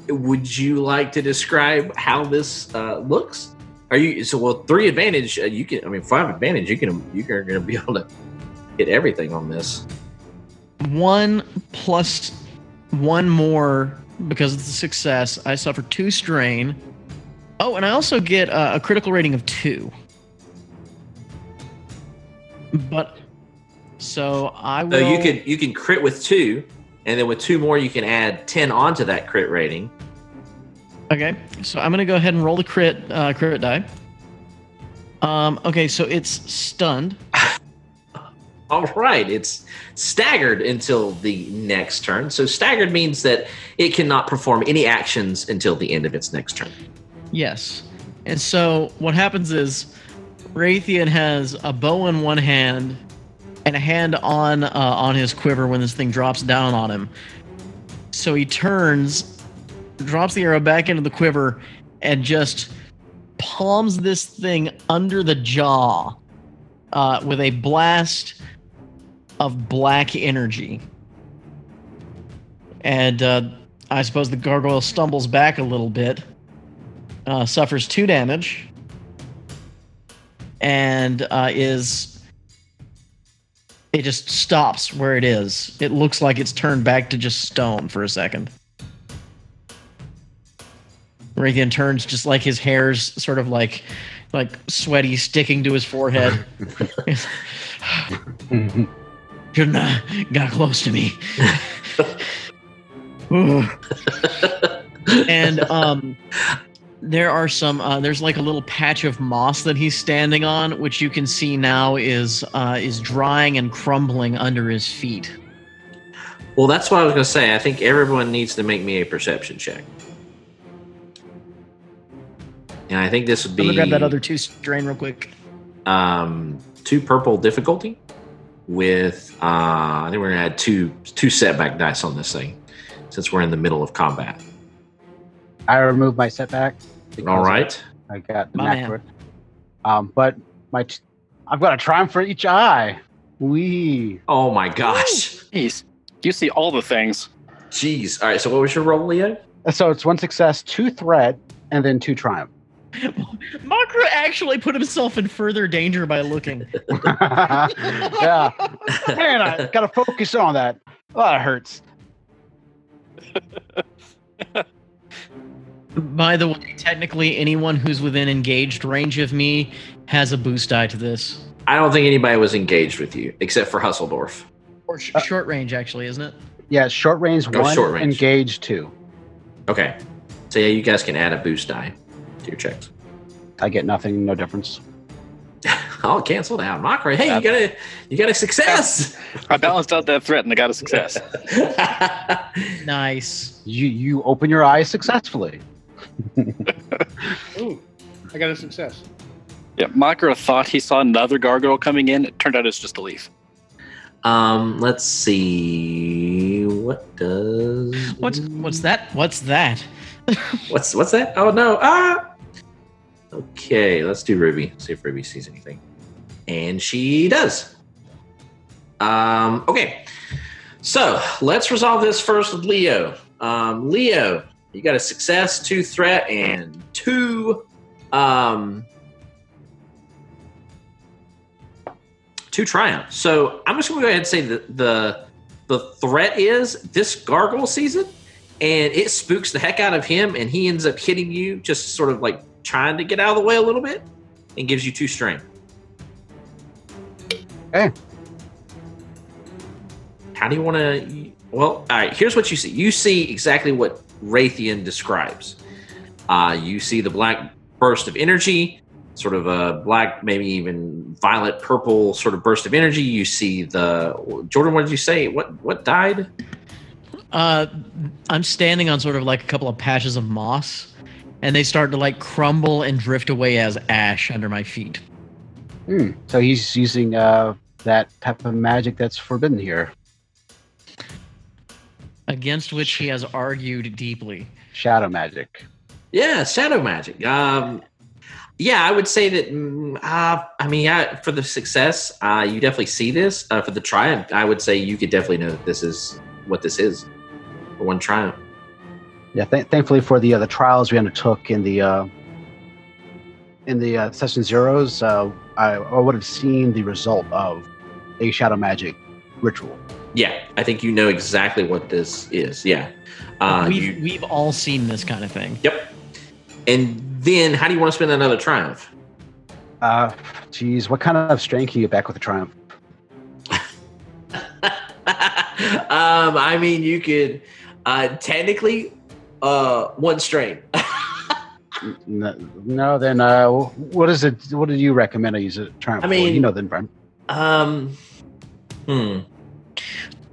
Speaker 1: would you like to describe how this uh, looks? Are you so well? Three advantage. Uh, you can. I mean, five advantage. You can. You are going to be able to hit everything on this.
Speaker 2: One plus one more because of the success. I suffer two strain. Oh, and I also get uh, a critical rating of two. But so I
Speaker 1: So
Speaker 2: will.
Speaker 1: you could you can crit with two, and then with two more you can add ten onto that crit rating.
Speaker 2: Okay, so I'm gonna go ahead and roll the crit uh, crit die. Um, okay, so it's stunned.
Speaker 1: All right, it's staggered until the next turn. So staggered means that it cannot perform any actions until the end of its next turn.
Speaker 2: Yes. And so what happens is Raytheon has a bow in one hand and a hand on uh, on his quiver when this thing drops down on him. So he turns, drops the arrow back into the quiver, and just palms this thing under the jaw uh, with a blast of black energy. And uh, I suppose the gargoyle stumbles back a little bit uh, suffers two damage and uh, is it just stops where it is it looks like it's turned back to just stone for a second Raytheon turns just like his hair's sort of like like sweaty sticking to his forehead shouldn't have got close to me Ooh. and um there are some uh, there's like a little patch of moss that he's standing on which you can see now is uh, is drying and crumbling under his feet
Speaker 1: Well, that's what I was going to say. I think everyone needs to make me a perception check. And I think this would
Speaker 2: i'm
Speaker 1: be
Speaker 2: gonna grab that other two strain real quick
Speaker 1: um, two purple difficulty with uh, I think we're going to add two two setback dice on this thing since we're in the middle of combat.
Speaker 4: I remove my setback. because
Speaker 1: All right.
Speaker 4: I got the
Speaker 2: My
Speaker 4: knack
Speaker 2: man.
Speaker 4: for it. Um, but my, t- I've got a triumph for each eye. We
Speaker 1: Oh my gosh.
Speaker 5: Jeez. You see all the things.
Speaker 1: Jeez. All right. So what was your roll, Leo?
Speaker 4: so it's one success, two threat, and then two triumph.
Speaker 2: makra actually put himself in further danger by looking
Speaker 4: yeah, man, I gotta focus on that. Oh, that hurts.
Speaker 2: by the way technically anyone who's within engaged range of me has a boost die to this
Speaker 1: I don't think anybody was engaged with you except for Husseldorf.
Speaker 2: or sh- short range actually isn't it
Speaker 4: Yeah, short range
Speaker 1: Oh,
Speaker 4: one,
Speaker 1: short range.
Speaker 4: engage two.
Speaker 1: Okay. So yeah, you guys can add a boost die to your checks.
Speaker 4: I get nothing, no difference.
Speaker 1: Oh, canceled out. Mockery. Hey, you got a you got a success.
Speaker 5: I balanced out that threat and I got a success.
Speaker 2: nice
Speaker 4: You you open your eyes successfully.
Speaker 3: Ooh, I got a success.
Speaker 5: Yeah, Makara thought he saw another gargoyle coming in. It turned out it's just a leaf.
Speaker 1: um, let's see. What does
Speaker 2: what's what's that what's that
Speaker 1: what's what's that? Oh no. Ah Okay, let's do Ruby. See if Ruby sees anything. And she does. Um, okay. So let's resolve this first with Leo. Um, Leo, you got a success, two threat, and two um two triumphs. So I'm just gonna go ahead and say that the the threat is this gargoyle season and it spooks the heck out of him and he ends up hitting you just sort of like trying to get out of the way a little bit and gives you two strain
Speaker 4: Okay.
Speaker 1: how do you want to well all right here's what you see you see exactly what raytheon describes uh, you see the black burst of energy sort of a black, maybe even violet purple sort of burst of energy. You see the Jordan. What did you say? What what died?
Speaker 2: Uh, I'm standing on sort of like a couple of patches of moss, and they start to like crumble and drift away as ash under my feet.
Speaker 4: Hmm. So he's using uh, that type of magic that's forbidden here.
Speaker 2: Against which he has argued deeply.
Speaker 4: Shadow magic.
Speaker 1: Yeah, shadow magic. Um, yeah, I would say that. mm, Uh, I mean, I, for the success, uh, you definitely see this. Uh, for the triumph, I would say you could definitely know that this is what this is. The one triumph.
Speaker 4: Yeah. Th- thankfully for the uh, the trials we undertook in the uh, in the uh, session zeros, uh, I, I would have seen the result of a shadow magic ritual.
Speaker 1: Yeah, I think you know exactly what this is. Yeah. Uh,
Speaker 2: we've,
Speaker 1: you,
Speaker 2: we've all seen this kind of thing.
Speaker 1: yep. And then, how do you want to spend another triumph?
Speaker 4: Uh, geez, what kind of strength can you get back with the triumph?
Speaker 1: um, I mean, you could uh, technically uh, one strain.
Speaker 4: N- No, no, then uh, what is it? What do you recommend I use a triumph?
Speaker 1: I
Speaker 4: for?
Speaker 1: mean-
Speaker 4: you know, then Brian.
Speaker 1: um, hmm.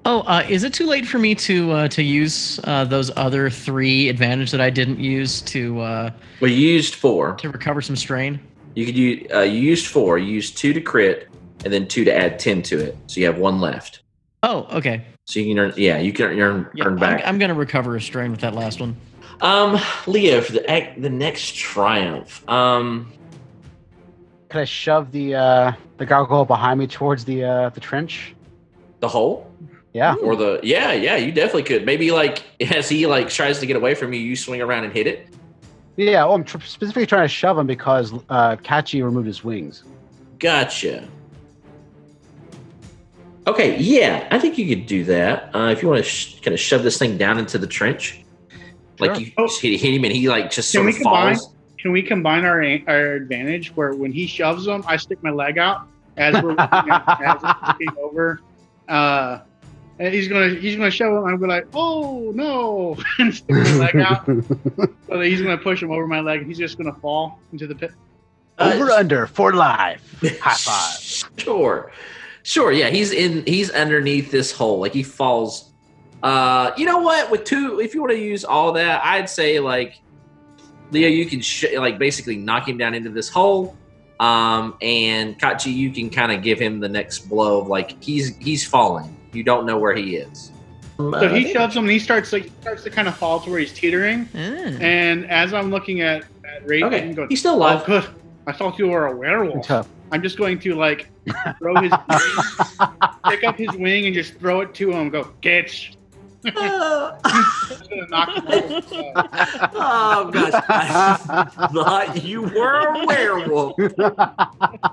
Speaker 2: Oh, uh, is it too late for me to uh, to use uh, those other three advantage that I didn't use to uh,
Speaker 1: Well, you used four.
Speaker 2: to recover some strain?
Speaker 1: You could use uh, you used four. You used two to crit, and then two to add ten to it. So you have one left.
Speaker 2: Oh, okay.
Speaker 1: So you can earn. Yeah, you can earn
Speaker 2: Yeah,
Speaker 1: earn
Speaker 2: I'm,
Speaker 1: back.
Speaker 2: I'm gonna recover a strain with that last one.
Speaker 1: um, Leo for the ac- the next triumph. Um,
Speaker 4: Can I shove the uh, the gargoyle behind me towards the uh, the trench?
Speaker 1: the hole.
Speaker 4: Yeah.
Speaker 1: Or the yeah, yeah, you definitely could. Maybe like as he like tries to get away from you, you swing around and hit it.
Speaker 4: Yeah. Oh, I'm tr- specifically trying to shove him because uh, Kachi removed his wings.
Speaker 1: Gotcha. Okay, yeah, I think you could do that. Uh, if you want to sh- kind of shove this thing down into the trench, like
Speaker 4: Sure.
Speaker 1: you just hit, hit him and he like just
Speaker 3: Can
Speaker 1: sort
Speaker 3: we
Speaker 1: of falls.
Speaker 3: Can we combine our our advantage where when he shoves them, I stick my leg out as we're looking, at, as we're looking over. Uh, and he's gonna he's gonna shove him. I'm gonna like, oh no, and stick my leg out. So that he's gonna push him over my leg. and He's just gonna fall into the pit.
Speaker 4: Over
Speaker 1: Uh,
Speaker 4: under for life. High five.
Speaker 1: Sure. Sure, yeah. He's in he's underneath this hole. Like he falls. Uh you know what? With two if you want to use all that, I'd say like Leo, you can sh- like basically knock him down into this hole. Um and Kachi, you can kind of give him the next blow of like he's he's falling. You don't know where he is.
Speaker 3: So he shoves him and he starts like he starts to kind of fall to where he's teetering.
Speaker 2: Ah.
Speaker 3: And as I'm looking at at Ray,
Speaker 1: Okay.
Speaker 3: I'm going,
Speaker 1: He's still
Speaker 3: oh
Speaker 1: alive.
Speaker 3: good. I thought you were a werewolf.
Speaker 4: Tough.
Speaker 3: I'm just going to like throw his wing, pick up his wing and just throw it to him. and Go get. Just gonna knock him over. Uh,
Speaker 1: oh gosh. I thought you were a werewolf.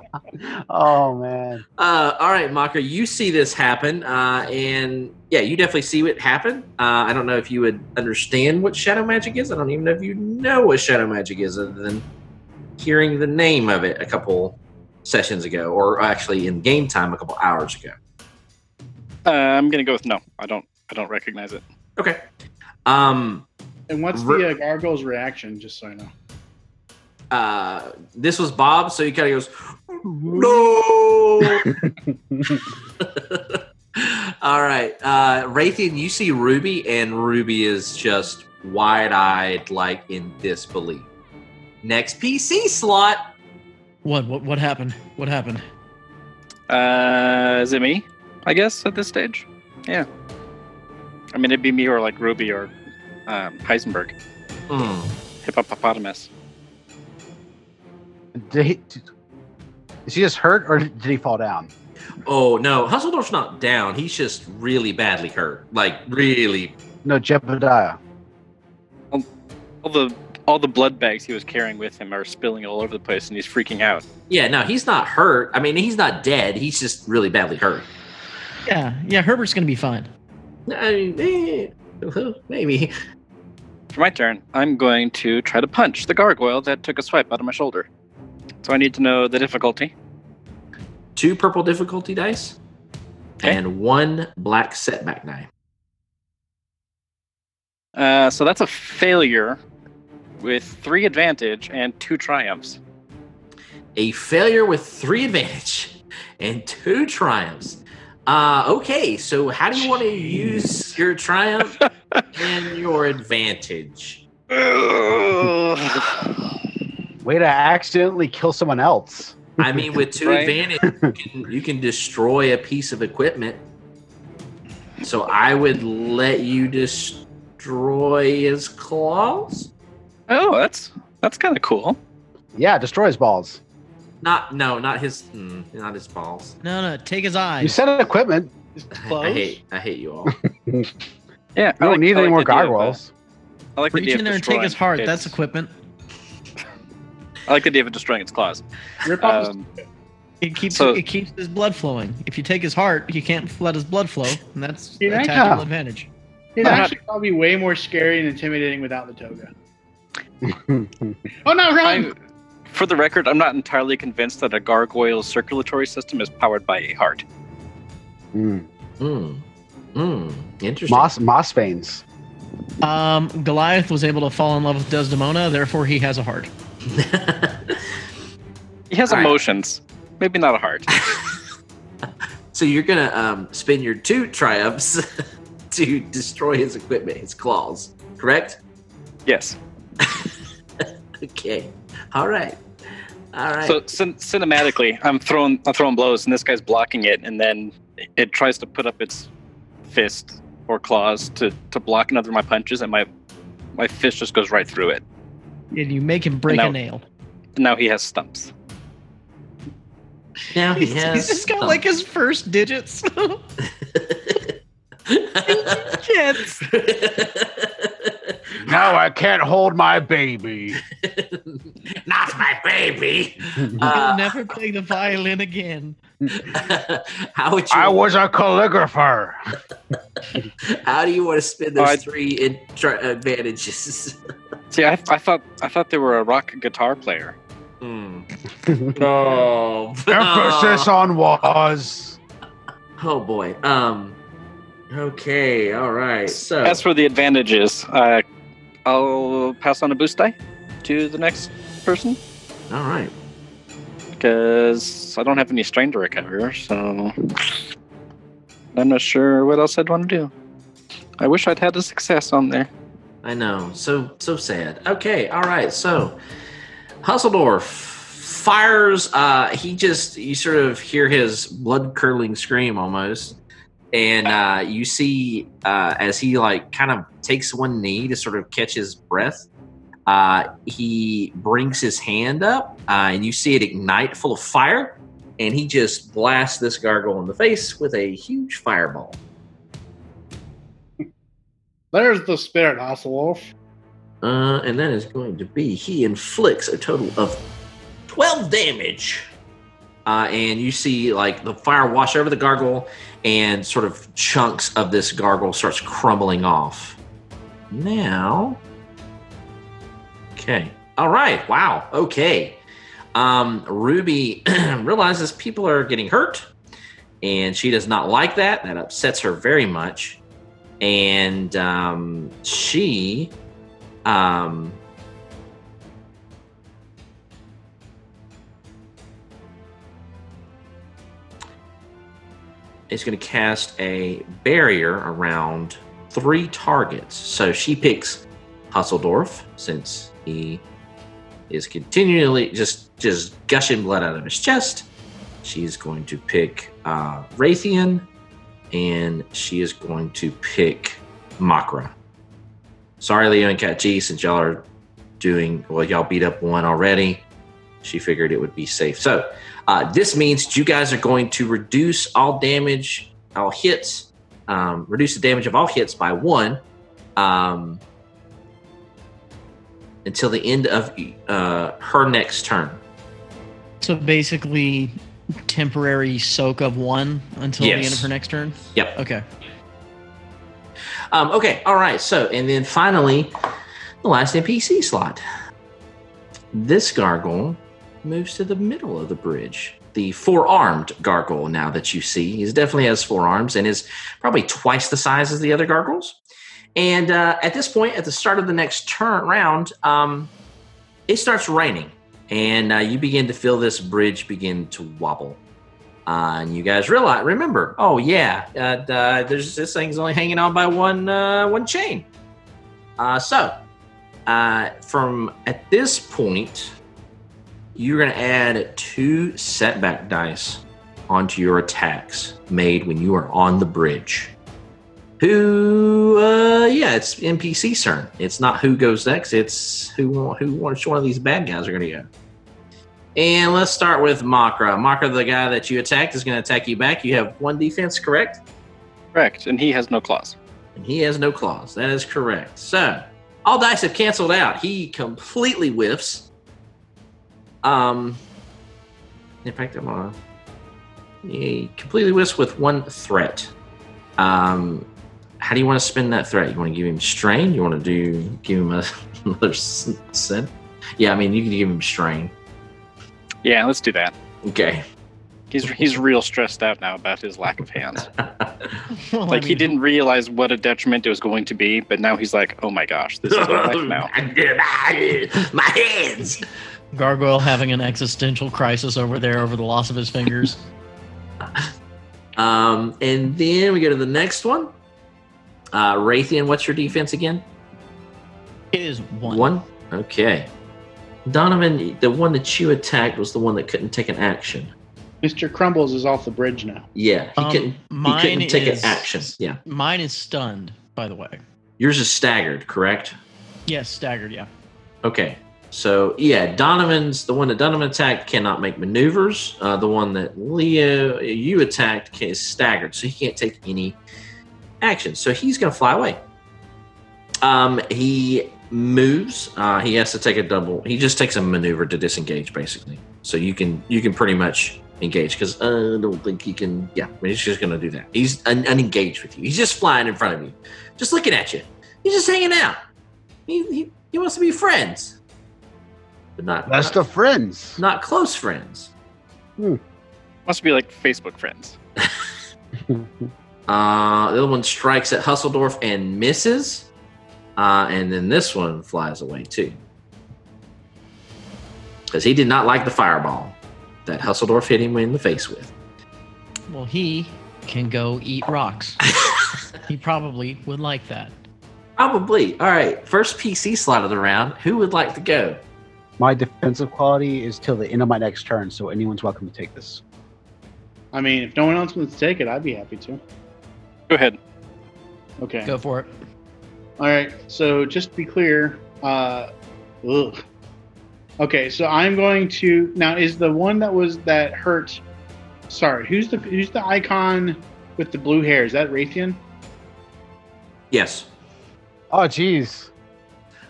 Speaker 4: oh man.
Speaker 1: Uh, all right, Mocker, you see this happen, uh, and yeah, you definitely see it happen. Uh, I don't know if you would understand what shadow magic is. I don't even know if you know what shadow magic is, other than hearing the name of it a couple sessions ago, or actually in game time a couple hours ago.
Speaker 5: Uh, I'm gonna go with no. I don't. I don't recognize it.
Speaker 1: Okay. Um,
Speaker 3: and what's
Speaker 1: Re-
Speaker 3: the uh, gargoyle's reaction? Just so I know.
Speaker 1: uh, this was Bob, so he kind of goes, "No." All right, uh, Raytheon, you see Ruby, and Ruby is just wide-eyed, like in disbelief. Next PC slot.
Speaker 2: What what what happened? What happened?
Speaker 5: Uh, is it me? I guess at this stage. Yeah. I mean, it'd be me or like Ruby or um, Heisenberg,
Speaker 1: Hmm.
Speaker 5: hippopotamus.
Speaker 4: Did he, did- is he just hurt or did he fall down?
Speaker 1: Oh no, Husseldorf's not down. He's just really badly hurt, like really.
Speaker 4: No, Jebediah.
Speaker 5: All the all the blood bags he was carrying with him are spilling all over the place, and he's freaking out.
Speaker 1: Yeah, no, he's not hurt. I mean, he's not dead. He's just really badly hurt.
Speaker 2: Yeah, yeah. Herbert's gonna be fine.
Speaker 1: I mean, eh, maybe.
Speaker 5: For my turn, I'm going to try to punch the gargoyle that took a swipe out of my shoulder. So I need to know the difficulty.
Speaker 1: two purple difficulty dice
Speaker 5: Okay.
Speaker 1: and one black setback die.
Speaker 5: Uh, so that's a failure with three advantage and two triumphs.
Speaker 1: a failure with three advantage and two triumphs. Uh, okay, so how do you want to use your triumph and your advantage?
Speaker 5: Oh,
Speaker 4: Way to accidentally kill someone else.
Speaker 1: I mean, with two
Speaker 5: Right.
Speaker 1: advantage, you can, you can destroy a piece of equipment. So I would let you destroy his claws.
Speaker 5: oh, that's that's kind of cool.
Speaker 4: Yeah, destroys balls.
Speaker 1: Not no, not his, mm, not his balls.
Speaker 2: No, no, take his
Speaker 4: You
Speaker 2: eyes.
Speaker 4: said equipment.
Speaker 1: I, I hate, I hate you all.
Speaker 5: Yeah,
Speaker 4: You
Speaker 5: I
Speaker 4: don't
Speaker 5: like-
Speaker 4: need
Speaker 5: I
Speaker 4: any
Speaker 5: like
Speaker 4: more
Speaker 5: the idea of, uh,
Speaker 4: gargoyles.
Speaker 5: I like the
Speaker 2: Reach
Speaker 5: idea
Speaker 2: in
Speaker 5: of
Speaker 2: there and take his
Speaker 5: destroying
Speaker 2: heart.
Speaker 5: its-
Speaker 2: That's equipment.
Speaker 5: I like the idea of destroying its claws.
Speaker 3: Rip
Speaker 2: Oh,
Speaker 3: off his-
Speaker 5: Um,
Speaker 2: It keeps
Speaker 5: So-
Speaker 2: it keeps his blood flowing. If you take his heart, you can't let his blood flow, and that's
Speaker 3: Yeah.
Speaker 2: a tactical advantage.
Speaker 3: It's
Speaker 5: I'm not-
Speaker 3: actually probably way more scary and intimidating without the toga. Oh no, wrong!
Speaker 5: I'm, for the record, I'm not entirely convinced that a gargoyle's circulatory system is powered by a heart.
Speaker 4: Mm.
Speaker 1: Hmm. Hmm. Interesting.
Speaker 4: Moss, moss veins.
Speaker 2: Um, Goliath was able to fall in love with Desdemona, therefore he has a heart.
Speaker 5: He has
Speaker 1: All right.
Speaker 5: emotions, maybe not a heart.
Speaker 1: so you're gonna um, spend your two triumphs to destroy his equipment, his claws. Correct?
Speaker 5: yes.
Speaker 1: Okay. All right. All right.
Speaker 5: So cin- cinematically, I'm throwing I'm throwing blows, and this guy's blocking it, and then it tries to put up its fist or claws to to block another of my punches, and my my fist just goes right through it.
Speaker 2: And you make him break
Speaker 5: No.
Speaker 2: a nail.
Speaker 5: And now he has stumps.
Speaker 1: now he
Speaker 2: He's,
Speaker 1: has.
Speaker 2: he's just got
Speaker 1: some-
Speaker 2: like his first digits. Kids.
Speaker 4: No, I can't hold my baby.
Speaker 1: Not my baby.
Speaker 2: He'll
Speaker 1: Uh,
Speaker 2: never play the violin again.
Speaker 1: how would you?
Speaker 4: was a calligrapher.
Speaker 1: how do you want to spend those
Speaker 5: I-
Speaker 1: three in- tri- advantages?
Speaker 5: See, I, I thought I thought they were a rock guitar player.
Speaker 1: Hmm. Oh, No.
Speaker 4: on was.
Speaker 1: Oh boy. Um. Okay. All right. So
Speaker 5: As for the advantages, uh, I'll pass on a boost die to the next person
Speaker 1: all right.
Speaker 5: because I don't have any strain to recover, so I'm not sure what else I'd want to do. I wish I'd had a success on there.
Speaker 1: I know. So so sad. Okay. All right. So Husseldorf fires. Uh, he just you sort of hear his blood curdling scream almost, and uh, you see uh, as he like kind of takes one knee to sort of catch his breath. Uh, he brings his hand up, uh, and you see it ignite full of fire, and he just blasts this gargoyle in the face with a huge fireball.
Speaker 3: There's the spirit, Ocelot.
Speaker 1: Uh, and that is going to be he inflicts a total of 12 damage. Uh, and you see like the fire wash over the gargoyle and sort of chunks of this gargoyle starts crumbling off. Now Okay. All right. Wow. Okay. Um, Ruby realizes people are getting hurt and she does not like that. That upsets her very much. And um, she um, is going to cast a barrier around three targets. So she picks Husseldorf since he is continually just just gushing blood out of his chest. She's going to pick uh, Raytheon, and she is going to pick Makra. Sorry, Leo and Cat G, since y'all are doing well, y'all beat up one already. She figured it would be safe. So uh, this means that you guys are going to reduce all damage, all hits, um, reduce the damage of all hits by one um, until the end of uh, her next turn.
Speaker 2: So basically, temporary soak of one until the end
Speaker 1: Yes.
Speaker 2: of her next turn.
Speaker 1: Yep.
Speaker 2: Okay.
Speaker 1: Um, okay, all right. So, and then finally, the last NPC slot. This gargoyle moves to the middle of the bridge. The four armed gargoyle, now that you see, he definitely has four arms and is probably twice the size as the other gargoyles. And uh, at this point, at the start of the next turn round, um, it starts raining. and uh, you begin to feel this bridge begin to wobble. Uh, and you guys realize, remember, oh yeah, uh, uh, there's this thing's only hanging on by one uh, one chain. Uh, so, uh, from at this point, you're going to add two setback dice onto your attacks made when you are on the bridge. Who? Uh, yeah, it's NPC CERN. It's not who goes next. It's who who which one of these bad guys are going to go. And let's start with Makra. Makra, the guy that you attacked, is going to attack you back. You have one defense, correct?
Speaker 5: Correct. And he has no claws.
Speaker 1: and he has no claws. That is correct. So all dice have canceled out. He completely whiffs. Um, in fact, I'm on. He completely whiffs with one threat. Um, how do you want to spend that threat? You want to give him strain? You want to do give him a, another sin? Yeah, I mean you can give him strain.
Speaker 5: Yeah, let's do that.
Speaker 1: Okay.
Speaker 5: He's he's real stressed out now about his lack of hands.
Speaker 2: Well, I
Speaker 5: Like he
Speaker 2: mean,
Speaker 5: didn't realize what a detriment it was going to be, but now he's like, oh my gosh, this is my life now.
Speaker 1: My hands.
Speaker 2: Gargoyle having an existential crisis over there over the loss of his fingers.
Speaker 1: Um, and then we go to the next one. Uh, Raytheon, what's your defense again?
Speaker 2: it is one.
Speaker 1: Okay. Donovan, the one that you attacked was the one that couldn't take an action.
Speaker 3: Mr. Crumbles is off the bridge now.
Speaker 1: Yeah, he
Speaker 2: Um,
Speaker 1: couldn't. He
Speaker 2: mine
Speaker 1: couldn't take
Speaker 2: is-
Speaker 1: an action. Yeah,
Speaker 2: Mine is stunned, by the way.
Speaker 1: yours is staggered, correct?
Speaker 2: Yes, staggered. Yeah.
Speaker 1: Okay. So yeah, Donovan's the one that Donovan attacked cannot make maneuvers. Uh, the one that Leo you attacked ca- is staggered, so he can't take any action. So he's going to fly away. Um, he moves. Uh, he has to take a double. He just takes a maneuver to disengage, basically. So you can you can pretty much engage because uh, I don't think he can. Yeah, I mean, he's just going to do that. He's un- unengaged with you. He's just flying in front of you, just looking at you. He's just hanging out. He, he, he wants to be friends, but not
Speaker 4: Best
Speaker 1: not,
Speaker 4: of friends.
Speaker 1: not close friends.
Speaker 5: Must be like Facebook friends.
Speaker 1: Uh, the other one strikes at Husseldorf and misses. Uh, and then this one flies away too. Because he did not like the fireball that Husseldorf hit him in the face with.
Speaker 2: Well, he can go eat rocks. he probably would like that.
Speaker 1: Probably. All right. First PC slot of the round. Who would like to go?
Speaker 4: My defensive quality is till the end of my next turn, so anyone's welcome to take this.
Speaker 3: I mean, if no one else wants to take it, I'd be happy to.
Speaker 5: Go ahead.
Speaker 3: Okay.
Speaker 2: Go for it.
Speaker 3: All right. So just to be clear, uh, ugh. okay. So I'm going to now. Is the one that was that hurt? Sorry. Who's the who's the icon with the blue hair? Is that Raytheon?
Speaker 1: Yes.
Speaker 4: Oh, jeez.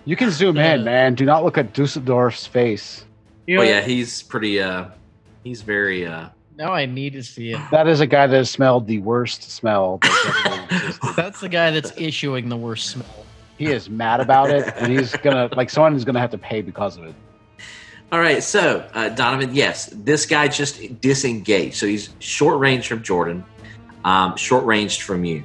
Speaker 4: You can zoom
Speaker 2: Uh.
Speaker 4: in, man. Do not look at Dusseldorf's face.
Speaker 3: You
Speaker 1: Oh
Speaker 3: know-
Speaker 1: yeah, he's pretty. uh He's very. uh
Speaker 2: Now I need to see it.
Speaker 4: That is a guy that has smelled the worst smell. that's ever existed.
Speaker 2: That's the guy that's issuing the worst smell.
Speaker 4: he is mad about it, and he's gonna like someone is gonna have to pay because of it.
Speaker 1: All right, so uh, Donovan, yes, this guy just disengaged. So he's short range from Jordan, um, short ranged from you.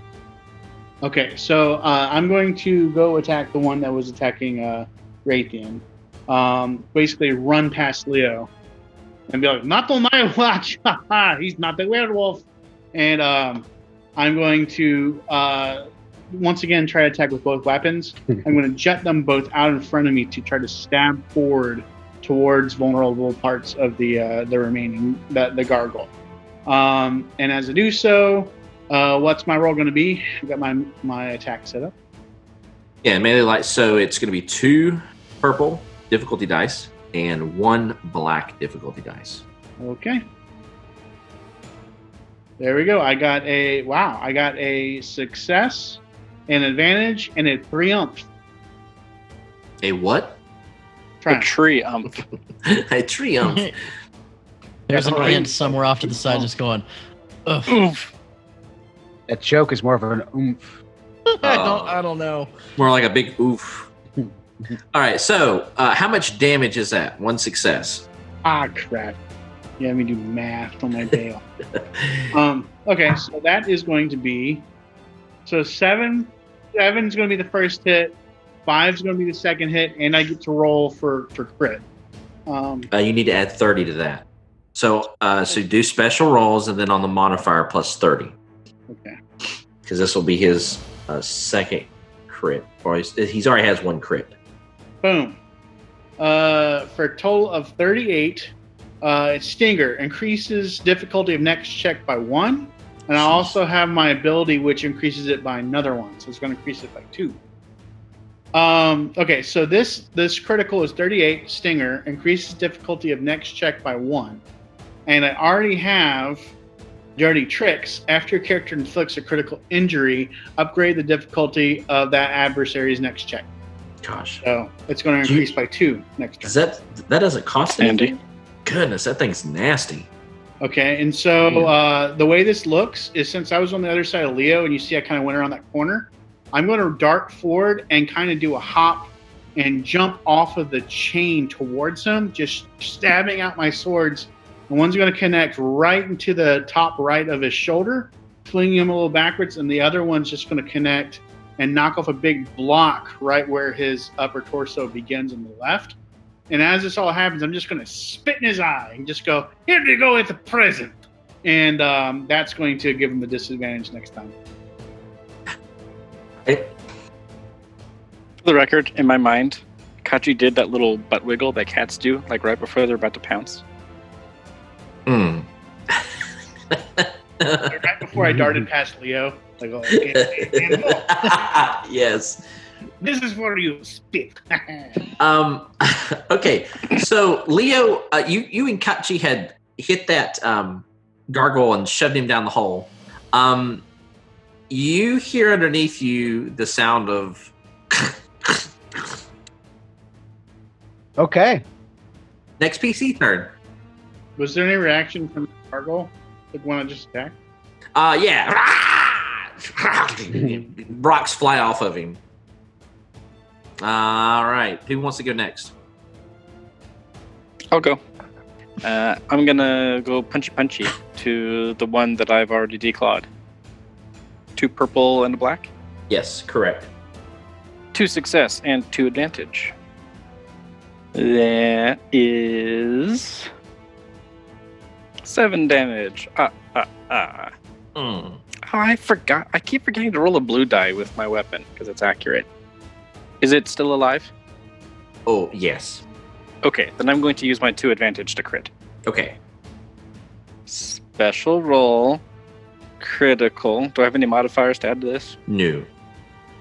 Speaker 3: Okay. So uh, I'm going to go attack the one that was attacking uh, Raytheon. Um, basically, run past Leo and be like, "Not on my watch! Haha, he's not the werewolf." And um, I'm going to uh, once again try to attack with both weapons. I'm going to jet them both out in front of me to try to stab forward towards vulnerable parts of the uh, the remaining the, the gargoyle. Um, and as I do so, uh, what's my roll going to be? I got my my attack set up.
Speaker 1: Yeah, melee light. So it's going to be two purple difficulty dice and one black difficulty dice.
Speaker 3: Okay. There we go. I got a wow. I got a success, an advantage, and a triumph.
Speaker 1: A what?
Speaker 5: A
Speaker 3: Triumph.
Speaker 5: tree um, umph.
Speaker 1: a triumph.
Speaker 2: There's an
Speaker 1: Alright.
Speaker 2: ant somewhere off to the side just going, Ugh.
Speaker 5: Oof.
Speaker 4: That joke is more of an oomph.
Speaker 2: I, don't, I don't know.
Speaker 1: More like a big oof. All right, so uh, how much damage is that? One success.
Speaker 3: Ah, crap. You have me do math on my day off. Um, okay, so that is going to be so seven. Seven's going to be the first hit. Five's going to be the second hit, and I get to roll for for crit. Um,
Speaker 1: Uh, you need to add 30 to that. So, uh, so do special rolls and then on the modifier plus 30
Speaker 3: okay.
Speaker 1: because this will be his uh, second crit. Or he's, he's already has one crit.
Speaker 3: Boom. Uh, for a total of 38, uh, it's Stinger. Increases difficulty of next check by one. And I also have my ability, which increases it by another one. So it's going to increase it by two. Um, okay, so this this critical is 38. Stinger increases difficulty of next check by one. And I already have Dirty Tricks. After your character inflicts a critical injury, upgrade the difficulty of that adversary's next check.
Speaker 1: Gosh,
Speaker 3: So it's going to
Speaker 1: Do you-
Speaker 3: increase by two next
Speaker 1: does
Speaker 3: turn.
Speaker 1: that that doesn't cost
Speaker 5: Andy?
Speaker 1: anything? Goodness, that thing's nasty.
Speaker 3: Okay, and so
Speaker 1: Yeah.
Speaker 3: uh, the way this looks is since I was on the other side of Leo, and you see I kind of went around that corner, I'm going to dart forward and kind of do a hop and jump off of the chain towards him, just stabbing out my swords. And one's going to connect right into the top right of his shoulder, flinging him a little backwards, and the other one's just going to connect and knock off a big block right where his upper torso begins on the left. And as this all happens, I'm just going to spit in his eye and just go, here you go at the present. And um, that's going to give him the disadvantage next time.
Speaker 1: It,
Speaker 5: For the record, in my mind, Kachi did that little butt wiggle that cats do, like right before they're about to pounce.
Speaker 1: mm.
Speaker 3: Right before I darted past Leo, like, oh, okay, and look,
Speaker 1: yes.
Speaker 3: this is for you, spit.
Speaker 1: Um, okay, so Leo, uh, you you and Kachi had hit that um, gargoyle and shoved him down the hole. Um, you hear underneath you the sound of
Speaker 4: Okay.
Speaker 1: next PC turn.
Speaker 3: Was there any reaction from the gargoyle? Like when I just attacked?
Speaker 1: Uh, yeah, rocks fly off of him. All right, who wants to go next?
Speaker 5: I'll go. Uh, I'm gonna go punchy punchy to the one that I've already declawed. Two purple and a black.
Speaker 1: Yes, correct.
Speaker 5: Two success and two advantage. That is seven damage. Ah ah ah.
Speaker 1: Mm.
Speaker 5: Oh, I forgot. I keep forgetting to roll a blue die with my weapon because it's accurate. Is it still alive?
Speaker 1: Oh yes,
Speaker 5: Okay, then I'm going to use my two advantage to crit.
Speaker 1: okay.
Speaker 5: Special roll, critical. Do I have any modifiers to add to this?
Speaker 1: New.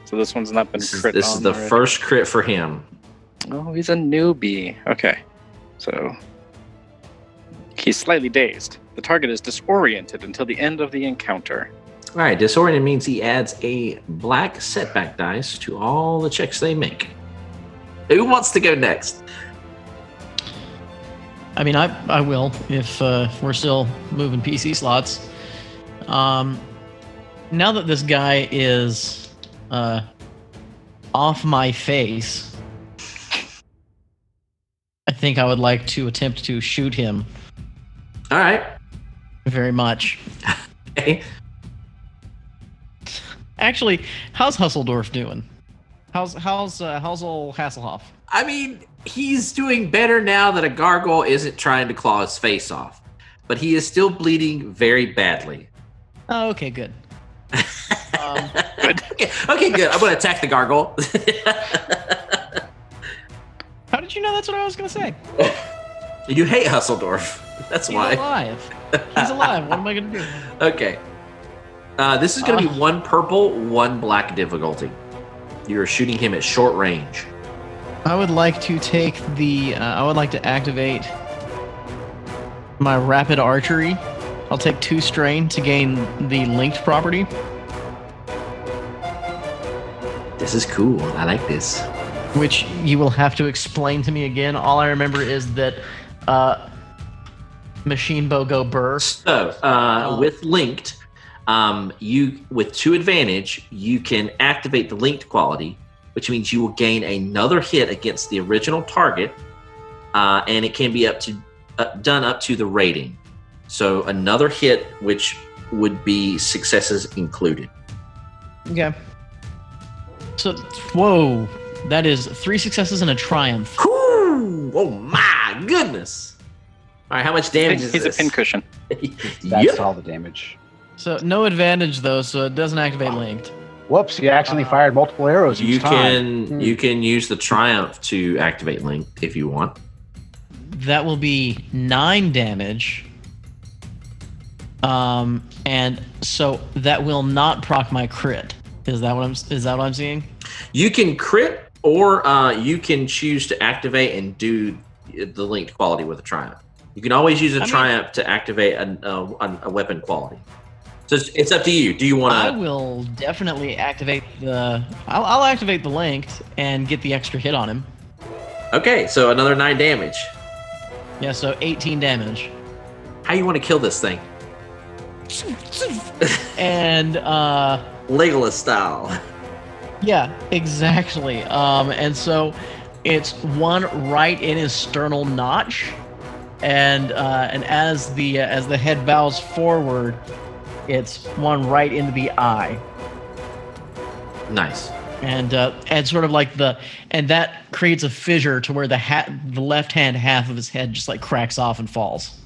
Speaker 5: So this one's not been
Speaker 1: This is,
Speaker 5: crit.
Speaker 1: this
Speaker 5: on
Speaker 1: is the
Speaker 5: already.
Speaker 1: first crit for him.
Speaker 5: Oh, he's a newbie. Okay, so he's slightly dazed. The target is disoriented until the end of the encounter.
Speaker 1: All right, disoriented means he adds a black setback dice to all the checks they make. Who wants to go next?
Speaker 2: I mean, I I will if uh, if we're still moving PC slots. Um, now that this guy is uh, off my face, I think I would like to attempt to shoot him
Speaker 1: All right.
Speaker 2: very much.
Speaker 1: Okay.
Speaker 2: Actually, how's Husseldorf doing? How's how's uh, how's old Hasselhoff?
Speaker 1: I mean, he's doing better now that a gargoyle isn't trying to claw his face off, but he is still bleeding very badly.
Speaker 2: Oh, okay, good. um,
Speaker 5: Good.
Speaker 1: okay, okay, good. I'm going to attack the gargoyle.
Speaker 2: how did you know that's what I was gonna say?
Speaker 1: you hate Husseldorf. That's
Speaker 2: He's
Speaker 1: why.
Speaker 2: alive. He's alive. What am I gonna do?
Speaker 1: Okay. Uh, this is going to
Speaker 2: Uh.
Speaker 1: be one purple, one black difficulty. You're shooting him at short range.
Speaker 2: I would like to take the. Uh, I would like to activate my rapid archery. I'll take two strain to gain the linked property.
Speaker 1: This is cool. I like this.
Speaker 2: which you will have to explain to me again. All I remember is that uh, Machine Bogo Burr.
Speaker 1: So, uh, with linked, um, you with two advantage, you can activate the linked quality, which means you will gain another hit against the original target, uh, and it can be up to uh, done up to the rating. So another hit, which would be successes included.
Speaker 2: Yeah. So, whoa, that is three successes and a triumph.
Speaker 1: Cool. Oh my My goodness. All right, how much damage is
Speaker 5: He's a
Speaker 1: this?
Speaker 5: pincushion.
Speaker 4: That's
Speaker 1: Yep.
Speaker 4: all the damage.
Speaker 2: So no advantage though, so it doesn't activate linked.
Speaker 4: Whoops! He actually fired multiple arrows.
Speaker 1: Uh, You
Speaker 4: each time.
Speaker 1: can
Speaker 4: Hmm.
Speaker 1: you can use the triumph to activate Link if you want.
Speaker 2: That will be nine damage. Um, and so that will not proc my crit. Is that what I'm? Is that what I'm seeing?
Speaker 1: You can crit, or uh, you can choose to activate and do the linked quality with a triumph. You can always use a
Speaker 2: I mean-
Speaker 1: triumph to activate an, uh, an, a weapon quality. So it's, it's up to you. Do you
Speaker 2: I
Speaker 1: want to?
Speaker 2: will definitely activate the. I'll, I'll activate the linked and get the extra hit on him.
Speaker 1: Okay, so another nine damage.
Speaker 2: Yeah, so 18 damage.
Speaker 1: How you want to kill this thing?
Speaker 2: And uh,
Speaker 1: Legolas style.
Speaker 2: yeah, exactly. Um, and so it's one right in his sternal notch, and uh, and as the uh, as the head bows forward, it's one right into the eye.
Speaker 1: Nice.
Speaker 2: and uh, and sort of like the and that creates a fissure to where the hat the left hand half of his head just like cracks off and falls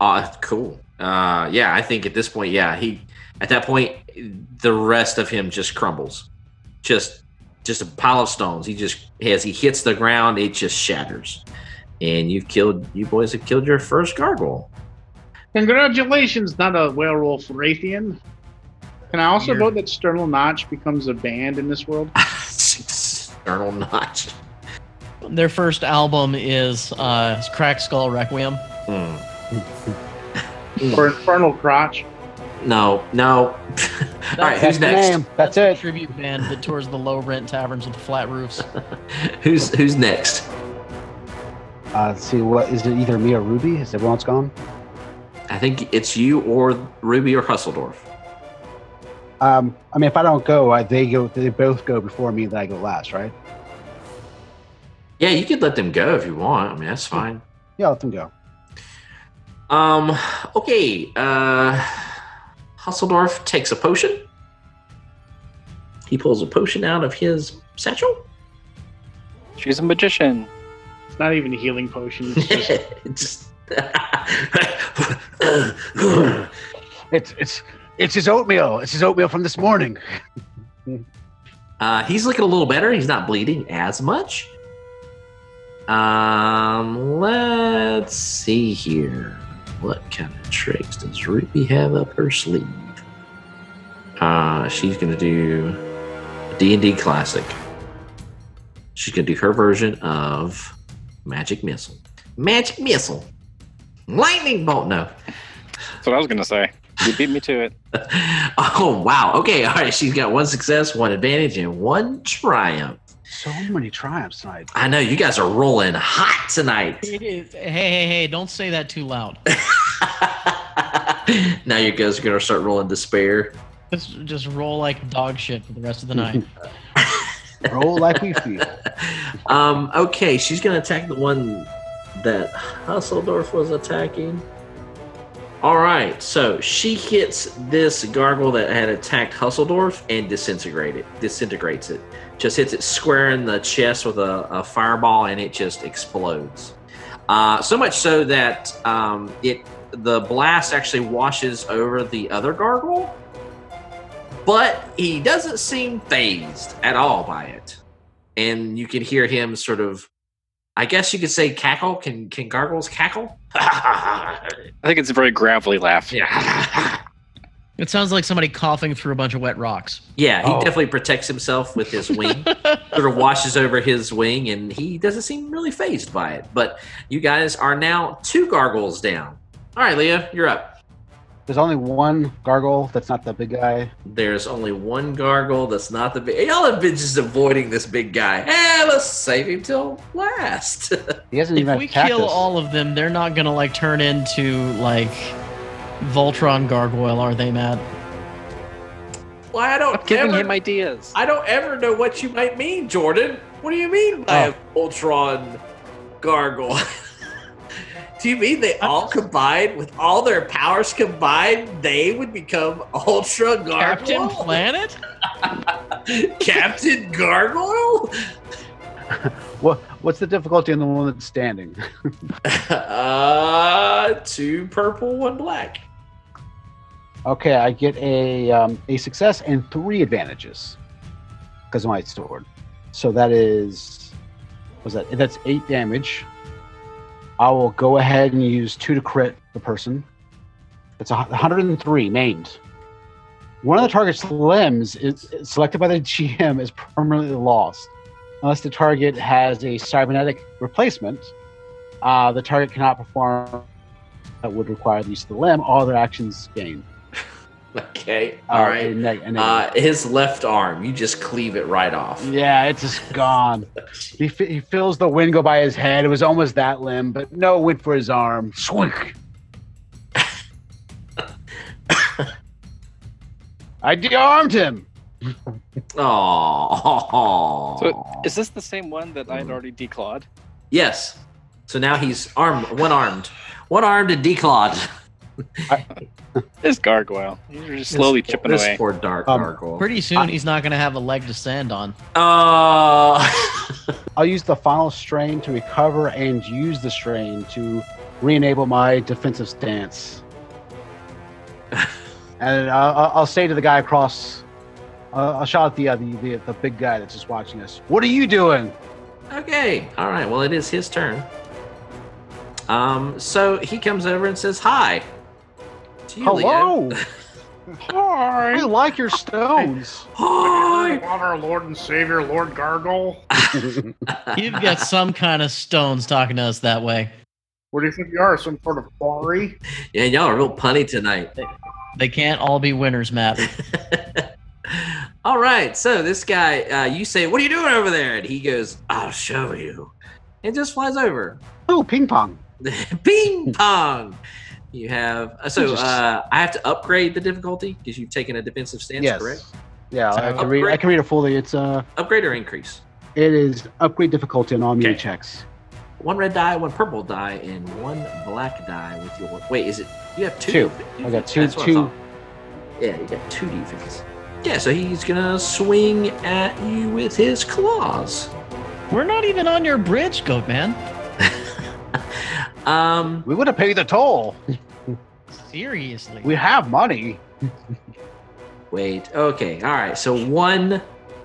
Speaker 1: Ah, cool. Uh, yeah, I think at this point, yeah, he at that point, the rest of him just crumbles, just just a pile of stones. He just as he hits the ground, it just shatters, and you've killed you boys have killed your first gargoyle.
Speaker 3: Congratulations, not a werewolf Wraithian. Can I also
Speaker 2: Weird.
Speaker 3: vote that Sternal Notch becomes a band in this world?
Speaker 1: External notch.
Speaker 2: their first album is uh is crack skull requiem
Speaker 1: Hmm.
Speaker 3: or Infernal Crotch?
Speaker 1: No, no. All right,
Speaker 4: That's
Speaker 1: who's
Speaker 4: the
Speaker 1: next?
Speaker 4: name. That's
Speaker 2: a
Speaker 4: it.
Speaker 2: tribute band that tours the low rent taverns with the flat roofs
Speaker 1: Who's who's next?
Speaker 4: Uh, let's see. What is it? Either me or Ruby? Is everyone else gone?
Speaker 1: I think it's you or Ruby or Husseldorf.
Speaker 4: Um, I mean, if I don't go, I, they go. They both go before me. Then I go last, right?
Speaker 1: Yeah, you could let them go if you want. I mean,
Speaker 4: Hmm.
Speaker 1: that's fine.
Speaker 4: Yeah, let them go.
Speaker 1: Um. Okay. Uh, Husseldorf takes a potion. He pulls a potion out of his satchel.
Speaker 5: She's a magician.
Speaker 3: It's not even a healing potion. It's just
Speaker 1: Just.
Speaker 4: It's it's it's his oatmeal. It's his oatmeal from this morning.
Speaker 1: uh, he's looking a little better. He's not bleeding as much. Um. Let's see here. What kind of tricks does Ruby have up her sleeve? Uh, she's gonna do D and D classic. She's gonna do her version of magic missile. Magic missile. Lightning bolt. No.
Speaker 5: That's what I was gonna say. You beat me to it.
Speaker 1: oh wow. Okay. All right. She's got one success, one advantage, and one triumph.
Speaker 4: So many triumphs tonight.
Speaker 1: I know you guys are rolling hot tonight.
Speaker 2: hey hey hey don't say that too loud
Speaker 1: now you guys are gonna start rolling despair.
Speaker 2: just just roll like dog shit for the rest of the night
Speaker 4: Roll like we feel.
Speaker 1: um, okay, she's gonna attack the one that Husseldorf was attacking. All right, so she hits this gargoyle that had attacked Husseldorf and disintegrate it, disintegrates it. Just hits it square in the chest with a, a fireball, and it just explodes. Uh, so much so that um, it the blast actually washes over the other gargoyle, but he doesn't seem phased at all by it and you can hear him sort of i guess you could say cackle can can gargoyles cackle
Speaker 5: I think it's a very gravelly laugh.
Speaker 1: yeah
Speaker 2: it sounds like somebody coughing through a bunch of wet rocks
Speaker 1: yeah he
Speaker 4: Oh.
Speaker 1: definitely protects himself with his wing sort of washes over his wing and he doesn't seem really phased by it but you guys are now two gargoyles down all right leah you're up
Speaker 4: There's only one gargoyle. That's not the big guy.
Speaker 1: there's only one gargoyle that's not the big y'all have been just avoiding this big guy eh let's save him till last
Speaker 4: He hasn't
Speaker 2: if
Speaker 4: even
Speaker 2: we
Speaker 4: attacked
Speaker 2: kill
Speaker 4: us.
Speaker 2: all of them, they're not gonna like turn into like Voltron gargoyle, are they, Matt?
Speaker 1: why i don't
Speaker 5: I'm giving
Speaker 1: ever-
Speaker 5: him ideas.
Speaker 1: I don't ever know what you might mean, Jordan. What do you mean by a Ultron gargoyle? do you mean they all combined with all their powers combined, they would become Ultra Gargoyle?
Speaker 2: Captain Planet?
Speaker 1: Captain Gargoyle?
Speaker 4: What what's the difficulty in the one that's standing?
Speaker 1: uh, two purple, one black.
Speaker 4: Okay, I get a um, a success and three advantages because of my sword. So that is was that that's eight damage. I will go ahead and use two to crit the person. That's a hu- 103 named. One of the target's limbs is is selected by the GM is permanently lost unless the target has a cybernetic replacement. Uh, the target cannot perform that would require the use of the limb. All their actions gain.
Speaker 1: Okay,
Speaker 4: Uh,
Speaker 1: all right.
Speaker 4: and neg- and
Speaker 1: Uh, his left arm, you just cleave it right off.
Speaker 4: negative. yeah, it's just gone. he, fe- he feels the wind go by his head. It was almost that limb, but no wind for his arm. Swink. I de-armed him.
Speaker 1: Oh.
Speaker 5: So is this the same one that I had already declawed?
Speaker 1: yes. So now he's armed, one armed, one armed and declawed.
Speaker 5: This gargoyle. You're just slowly
Speaker 1: This-
Speaker 5: chipping
Speaker 1: this
Speaker 5: away.
Speaker 1: poor dark
Speaker 4: Um,
Speaker 1: gargoyle.
Speaker 2: Pretty soon, he's not going to have a leg to stand on.
Speaker 1: Uh,
Speaker 4: I'll use the final strain to recover and use the strain to re-enable my defensive stance. and I'll, I'll- I'll say to the guy across, uh, I'll shout at the, uh, the the the big guy that's just watching us. What are you doing?
Speaker 1: okay. All right. Well, it is his turn. Um. So he comes over and says hi. To you, Leo.
Speaker 4: Hello. I like your stones.
Speaker 1: Hi.
Speaker 3: Honor Lord and Savior, Lord Gargoyle.
Speaker 2: You've got some kind of stones talking to us that way.
Speaker 3: What do you think you are? Some sort of quarry?
Speaker 1: Yeah, y'all are real punny tonight.
Speaker 2: They can't all be winners, Matt.
Speaker 1: All right, so this guy, uh, you say, "What are you doing over there?" And he goes, "I'll show you," and just flies over.
Speaker 4: Oh, ping pong.
Speaker 1: Ping pong. You have uh, so
Speaker 4: Just-
Speaker 1: uh, I have to upgrade the difficulty because you've taken a defensive stance,
Speaker 4: yes.
Speaker 1: correct?
Speaker 4: Yeah, I
Speaker 2: So-
Speaker 4: can read. I can read it fully. It's uh,
Speaker 1: Upgrade or increase?
Speaker 4: it is upgrade difficulty on all mini
Speaker 1: Okay.
Speaker 4: checks.
Speaker 1: One red die, one purple die, and one black die with your. Wait, is it? You have two.
Speaker 4: Two.
Speaker 1: d-
Speaker 4: I got
Speaker 1: d-
Speaker 4: two-
Speaker 1: that's what I
Speaker 4: two-
Speaker 1: thought. Yeah, you got two defense. Yeah, so he's gonna swing at you with his claws.
Speaker 2: We're not even on your bridge, Goat Man.
Speaker 1: Um,
Speaker 4: We would have paid the toll.
Speaker 2: Seriously.
Speaker 4: We have money.
Speaker 1: wait. Okay. All right. So one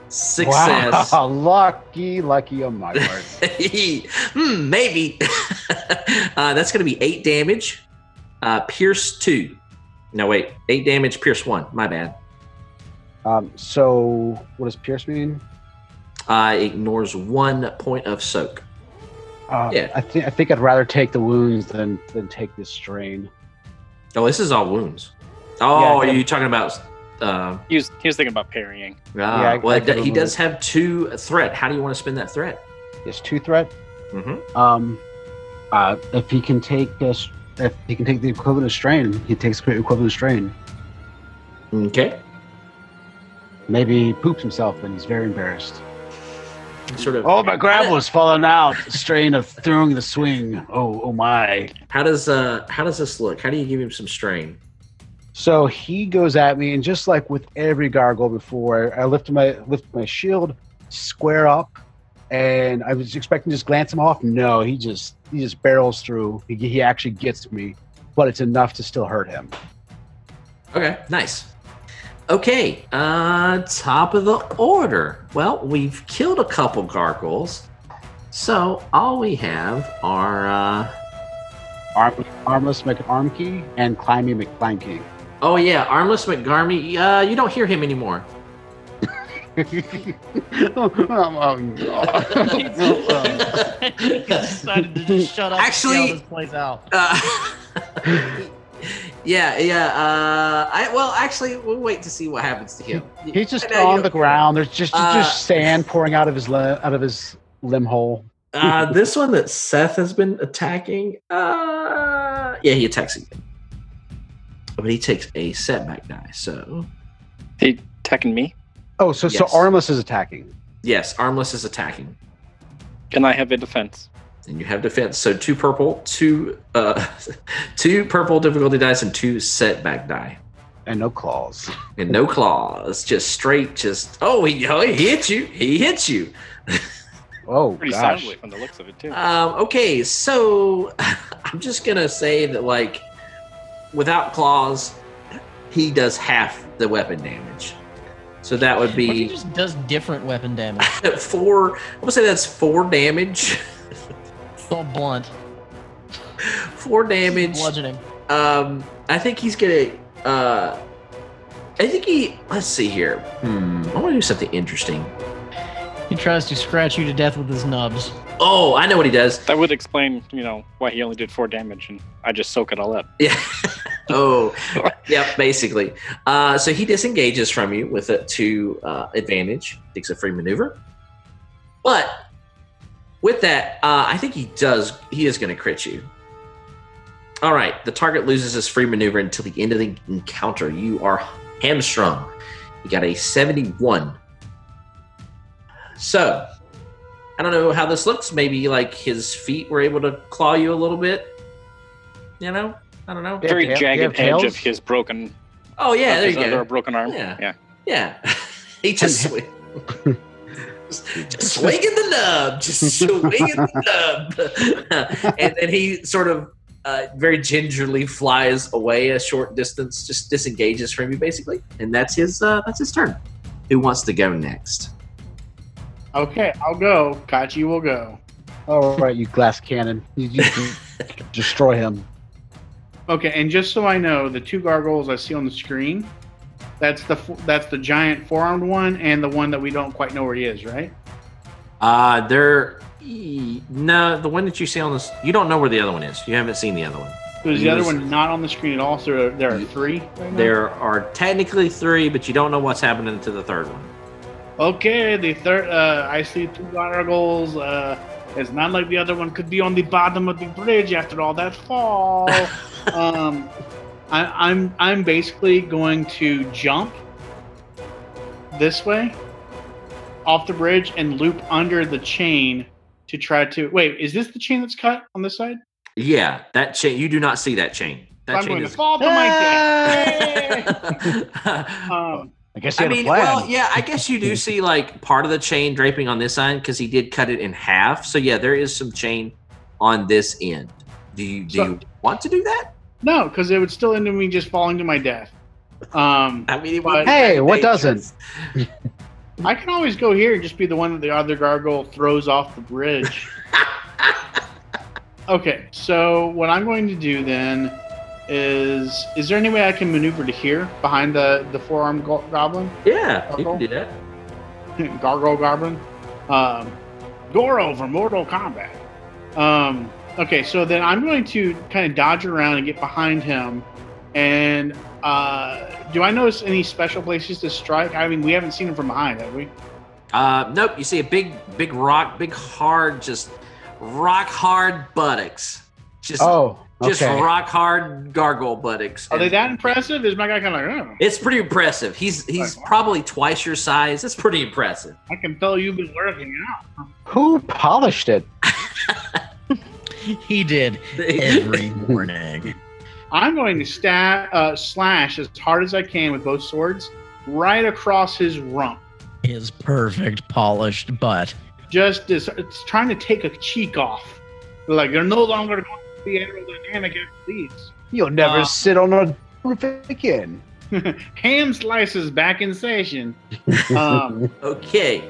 Speaker 1: success.
Speaker 4: Wow, lucky, lucky on my part.
Speaker 1: Hmm, maybe. uh, that's going to be eight damage. Uh, pierce two. No, wait. Eight damage, pierce one. My bad.
Speaker 4: um, so, what does Pierce mean?
Speaker 1: Uh, ignores one point of soak.
Speaker 4: Uh,
Speaker 1: Yeah.
Speaker 4: I think I think I'd rather take the wounds than than take this strain.
Speaker 1: Oh, this is all wounds. Oh,
Speaker 4: Yeah, I
Speaker 1: are you talking about. Uh,
Speaker 5: He was, he was thinking about parrying.
Speaker 1: yeah,
Speaker 4: I-
Speaker 1: well,
Speaker 4: I
Speaker 1: it d- he
Speaker 4: could've
Speaker 1: does have two threat. How do you want to spend that threat?
Speaker 4: It's two threat.
Speaker 1: Mm-hmm.
Speaker 4: Um, uh, if he can take this, if he can take the equivalent of strain, he takes the equivalent of strain.
Speaker 1: Okay.
Speaker 4: Maybe he poops himself and he's very embarrassed.
Speaker 1: Sort of.
Speaker 4: Oh, my gravel is falling out. Strain of throwing the swing. Oh, oh my.
Speaker 1: How does uh how does this look? How do you give him some strain?
Speaker 4: So he goes at me, and just like with every gargoyle before, I lift my lift my shield, square up, and I was expecting to just glance him off. No, he just he just barrels through. He, he actually gets me, but it's enough to still hurt him.
Speaker 1: Okay, nice. Okay, uh, top of the order. Well, we've killed a couple gargoyles, so all we have are. Uh,
Speaker 4: Arm, armless McArmkey and Climby McClimkey.
Speaker 1: oh yeah, armless McGarmy. Uh, you don't hear him anymore.
Speaker 4: Oh,
Speaker 2: He decided to just shut up and see
Speaker 1: Actually-
Speaker 2: how this plays out.
Speaker 1: Uh, yeah, yeah. Uh, I well, actually, we'll wait to see what happens to him.
Speaker 4: He's just
Speaker 1: Right now, you
Speaker 4: on the
Speaker 1: don't-
Speaker 4: ground. There's just
Speaker 1: Uh,
Speaker 4: just sand pouring out of his lim- out of his limb hole.
Speaker 1: Uh, this one that Seth has been attacking. Uh, yeah, he attacks again, but he takes a setback die. So
Speaker 5: He attacking me?
Speaker 4: Oh, so
Speaker 1: Yes.
Speaker 4: so armless is attacking.
Speaker 1: yes, armless is attacking.
Speaker 5: And I have a defense.
Speaker 1: and you have defense. So two purple, two uh, two purple difficulty dice, and two setback die,
Speaker 4: And no claws.
Speaker 1: and no claws, just straight, just oh he, oh, he hit you, he hits you.
Speaker 4: Oh,
Speaker 5: Pretty
Speaker 4: gosh.
Speaker 5: soundly from the looks of it too.
Speaker 1: Um, okay, so I'm just gonna say that like without claws, he does half the weapon damage. So that would
Speaker 2: What if he
Speaker 1: be
Speaker 2: just does different weapon damage?
Speaker 1: four. I'm gonna say that's four damage.
Speaker 2: It's all blunt.
Speaker 1: Four damage.
Speaker 2: Bludgeoning.
Speaker 1: Um, I think he's gonna. Uh, I think he. Let's see here. Hmm. I want to do something interesting.
Speaker 2: He tries to scratch you to death with his nubs.
Speaker 1: Oh, I know what he does.
Speaker 5: That would explain, you know, why he only did four damage, and I just soak it all up.
Speaker 1: Yeah. oh, yep. Basically, uh, so he disengages from you with a two uh, advantage. Takes a free maneuver, but with that, uh, I think he does. He is going to crit you. All right. The target loses his free maneuver until the end of the encounter. You are hamstrung. You got a seventy-one. So, I don't know how this looks. Maybe like his feet were able to claw you a little bit. You know, I don't know.
Speaker 4: Yeah,
Speaker 5: Very
Speaker 4: do you have- do you have
Speaker 5: jagged edge
Speaker 4: tails?
Speaker 5: of his broken,
Speaker 1: Oh yeah,
Speaker 5: of
Speaker 1: there
Speaker 5: his
Speaker 1: you
Speaker 5: under
Speaker 1: go.
Speaker 5: a broken arm.
Speaker 1: Yeah.
Speaker 5: yeah.
Speaker 1: Yeah, he just sw- just swinging the nub, just swinging the nub, and then he sort of uh, very gingerly flies away a short distance, just disengages from you basically, and that's his uh, that's his turn. Who wants to go next?
Speaker 3: Okay, I'll go. Kachi will go.
Speaker 4: All right, you glass cannon. You, you can destroy him.
Speaker 3: Okay, and just so I know, the two gargoyles I see on the screen, that's the f- that's the giant four-armed one and the one that we don't quite know where he is, right?
Speaker 1: Uh, there. e- No, the one that you see on this, you don't know where the other one is. You haven't seen the other one.
Speaker 3: Is the other
Speaker 1: Yes.
Speaker 3: one not on the screen at all? So there are three. right now?
Speaker 1: There are technically three, but you don't know what's happening to the third one.
Speaker 3: Okay, the third. Uh, I see two gargoyles. Uh, it's not like the other one could be on the bottom of the bridge after all that fall. um, I, I'm I'm basically going to jump this way off the bridge and loop under the chain to try to wait. Is this the chain that's cut on this side?
Speaker 1: Yeah, that chain. You do not see that chain. That
Speaker 3: I'm
Speaker 1: chain
Speaker 3: going to
Speaker 1: is.
Speaker 3: fall to Oh my death.
Speaker 1: I
Speaker 3: Um,
Speaker 4: Uh, I guess you had
Speaker 1: mean,
Speaker 4: a plan.
Speaker 1: well, yeah, I guess you do see like part of the chain draping on this end because he did cut it in half. So yeah, there is some chain on this end. Do you do
Speaker 3: So-
Speaker 1: you want to do that?
Speaker 3: no, because it would still end in me just falling to my death. Um,
Speaker 1: I mean, it would be
Speaker 4: Hey,
Speaker 1: very
Speaker 4: what
Speaker 1: dangerous.
Speaker 4: doesn't?
Speaker 3: I can always go here and just be the one that the other gargoyle throws off the bridge. okay, so what I'm going to do then is is there any way I can maneuver to here behind the the forearm go- goblin?
Speaker 1: Yeah, you can do that.
Speaker 3: gargoyle goblin? Um Goro from Mortal Kombat. Um okay, so then I'm going to kind of dodge around and get behind him and uh, do I notice any special places to strike? I mean, we haven't seen him from behind, have we?
Speaker 1: Uh, nope. You see a big, big rock, big hard, just rock hard buttocks. Just,
Speaker 4: Oh, okay.
Speaker 1: just rock hard gargoyle buttocks.
Speaker 3: Are they
Speaker 1: And-
Speaker 3: that impressive? Is my guy kind of like, oh,
Speaker 1: It's pretty impressive. He's he's
Speaker 3: Right.
Speaker 1: probably twice your size. It's pretty impressive.
Speaker 3: I can tell you've been working out.
Speaker 4: Who polished it?
Speaker 2: He did every morning.
Speaker 3: I'm going to stab, uh, slash as hard as I can with both swords right across his rump.
Speaker 2: His perfect polished butt.
Speaker 3: Just as it's trying to take a cheek off. Like, you're no longer going to be aerodynamic after these.
Speaker 4: You'll never
Speaker 3: Uh,
Speaker 4: sit on a roof again.
Speaker 3: Ham slices back in session. Um,
Speaker 1: Okay.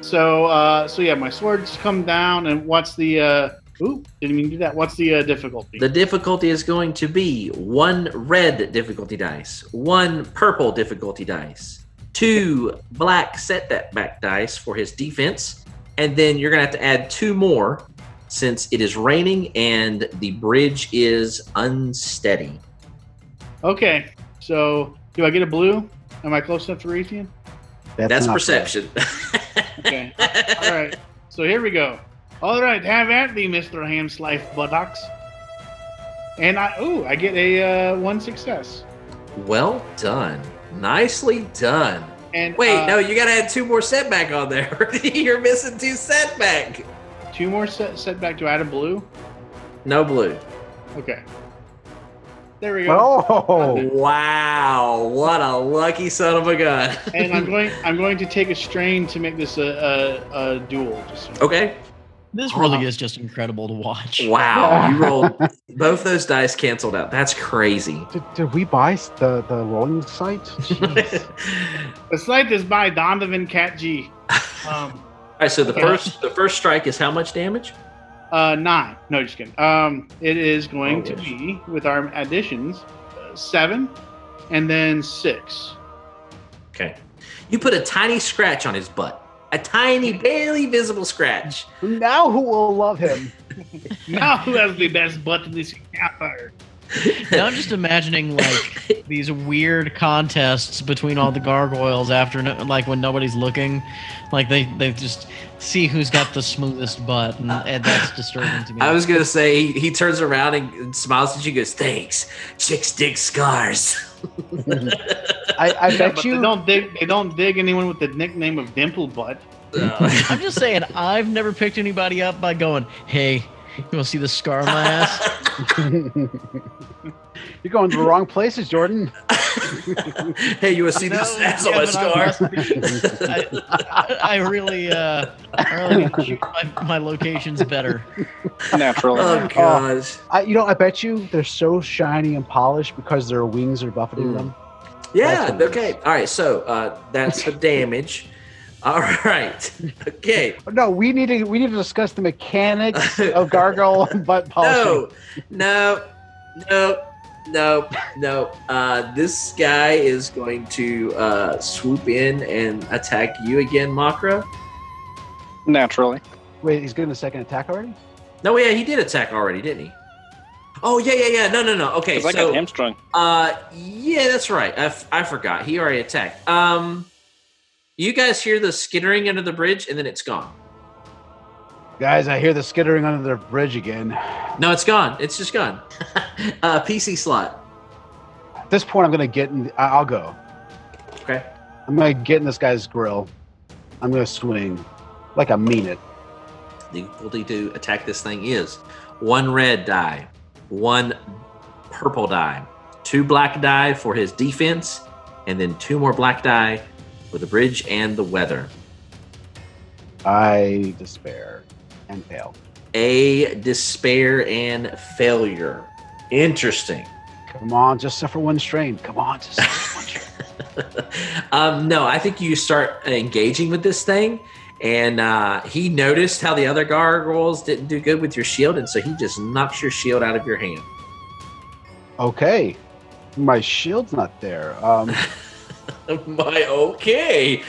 Speaker 3: so, uh, so yeah, my swords come down, and what's the, uh, ooh, didn't mean to do that. What's the uh, difficulty?
Speaker 1: The difficulty is going to be one red difficulty dice, one purple difficulty dice, two black setback dice for his defense, and then you're gonna have to add two more since it is raining and the bridge is unsteady.
Speaker 3: okay, so do I get a blue? Am I close enough to Raytheon?
Speaker 1: That's,
Speaker 4: not
Speaker 1: perception.
Speaker 3: Okay. All right. So here we go. All right, have at thee, Mister Ham Slice Buttocks. And I, ooh, I get a uh, one success.
Speaker 1: well done. Nicely done.
Speaker 3: And
Speaker 1: Wait,
Speaker 3: uh,
Speaker 1: no, you gotta add two more setback on there. You're missing two setback.
Speaker 3: two more set setback to add a blue.
Speaker 1: No blue.
Speaker 3: Okay. There we go.
Speaker 4: Oh,
Speaker 1: Wow, what a lucky son of a gun.
Speaker 3: And I'm going. I'm going to take a strain to make this a a, a duel. Just
Speaker 1: okay.
Speaker 2: This
Speaker 1: Oh.
Speaker 2: really is just incredible to watch.
Speaker 1: Wow, you rolled both those dice canceled out. That's crazy.
Speaker 4: did, did we buy s- the the rolling site? Jeez.
Speaker 3: The site is by Donovan Cat G. Um,
Speaker 1: All right, so the
Speaker 3: Yeah.
Speaker 1: first the first strike is how much damage?
Speaker 3: uh, nine. No, just kidding. Um, it is going
Speaker 1: Oh,
Speaker 3: to
Speaker 1: yes.
Speaker 3: be with our additions uh, seven, and then six.
Speaker 1: Okay. You put a tiny scratch on his butt. A tiny, barely visible scratch.
Speaker 4: now who will love him?
Speaker 3: Now who has the best butt in this empire?
Speaker 2: Now I'm just imagining like these weird contests between all the gargoyles after, no, like when nobody's looking, like they they just see who's got the smoothest butt, and, and that's disturbing to me.
Speaker 1: I was gonna say he, he turns around and and smiles at you. Goes, thanks. Chicks dig scars.
Speaker 4: I, I
Speaker 3: Yeah,
Speaker 4: bet
Speaker 3: but
Speaker 4: you.
Speaker 3: they don't dig. They don't dig anyone with the nickname of Dimple Butt.
Speaker 1: Uh,
Speaker 2: I'm just saying, I've never picked anybody up by going, "Hey, you want to see the scar on my ass?"
Speaker 4: You're going to the wrong places, Jordan.
Speaker 1: hey, you wanna see
Speaker 2: No,
Speaker 1: this ass on my
Speaker 2: Kevin, I
Speaker 1: scar?
Speaker 2: must be- I, I really, uh, I really need to choose my, my locations better.
Speaker 5: Naturally.
Speaker 1: Oh gosh.
Speaker 4: I, you know, I bet you they're so shiny and polished because their wings are buffeting
Speaker 1: Mm.
Speaker 4: them.
Speaker 1: Yeah.
Speaker 4: That's what it
Speaker 1: Okay.
Speaker 4: is.
Speaker 1: All right. So uh, that's the damage. All right. Okay.
Speaker 4: No, we need to we need to discuss the mechanics of gargoyle butt polishing.
Speaker 1: No. No. No. No. No. Uh, this guy is going to uh, swoop in and attack you again, Makra.
Speaker 5: Naturally.
Speaker 4: Wait, he's getting a second attack already.
Speaker 1: No, yeah, he did attack already, didn't he? Oh yeah, yeah, yeah. No, no, no. Okay,
Speaker 5: 'Cause I
Speaker 1: so
Speaker 5: got hamstrung.
Speaker 1: Uh, yeah, that's right. I, f- I forgot. He already attacked. Um, you guys hear the skittering under the bridge, and then it's gone.
Speaker 4: Guys, I hear the skittering under the bridge again.
Speaker 1: No, it's gone. It's just gone. uh, PC slot.
Speaker 4: At this point, I'm gonna get in. I- I'll go.
Speaker 1: Okay.
Speaker 4: I'm gonna get in this guy's grill. I'm gonna swing like I mean it.
Speaker 1: The ability to attack this thing is one red die, one purple die, two black die for his defense, and then two more black die for the bridge and the weather.
Speaker 4: I despair and fail.
Speaker 1: A despair and failure. Interesting.
Speaker 4: Come on, just suffer one strain. Come on, just suffer one strain.
Speaker 1: um, no, I think you start engaging with this thing, and uh, he noticed how the other gargoyles didn't do good with your shield, and so he just knocks your shield out of your hand.
Speaker 4: Okay, my shield's not there. Um,
Speaker 1: My okay.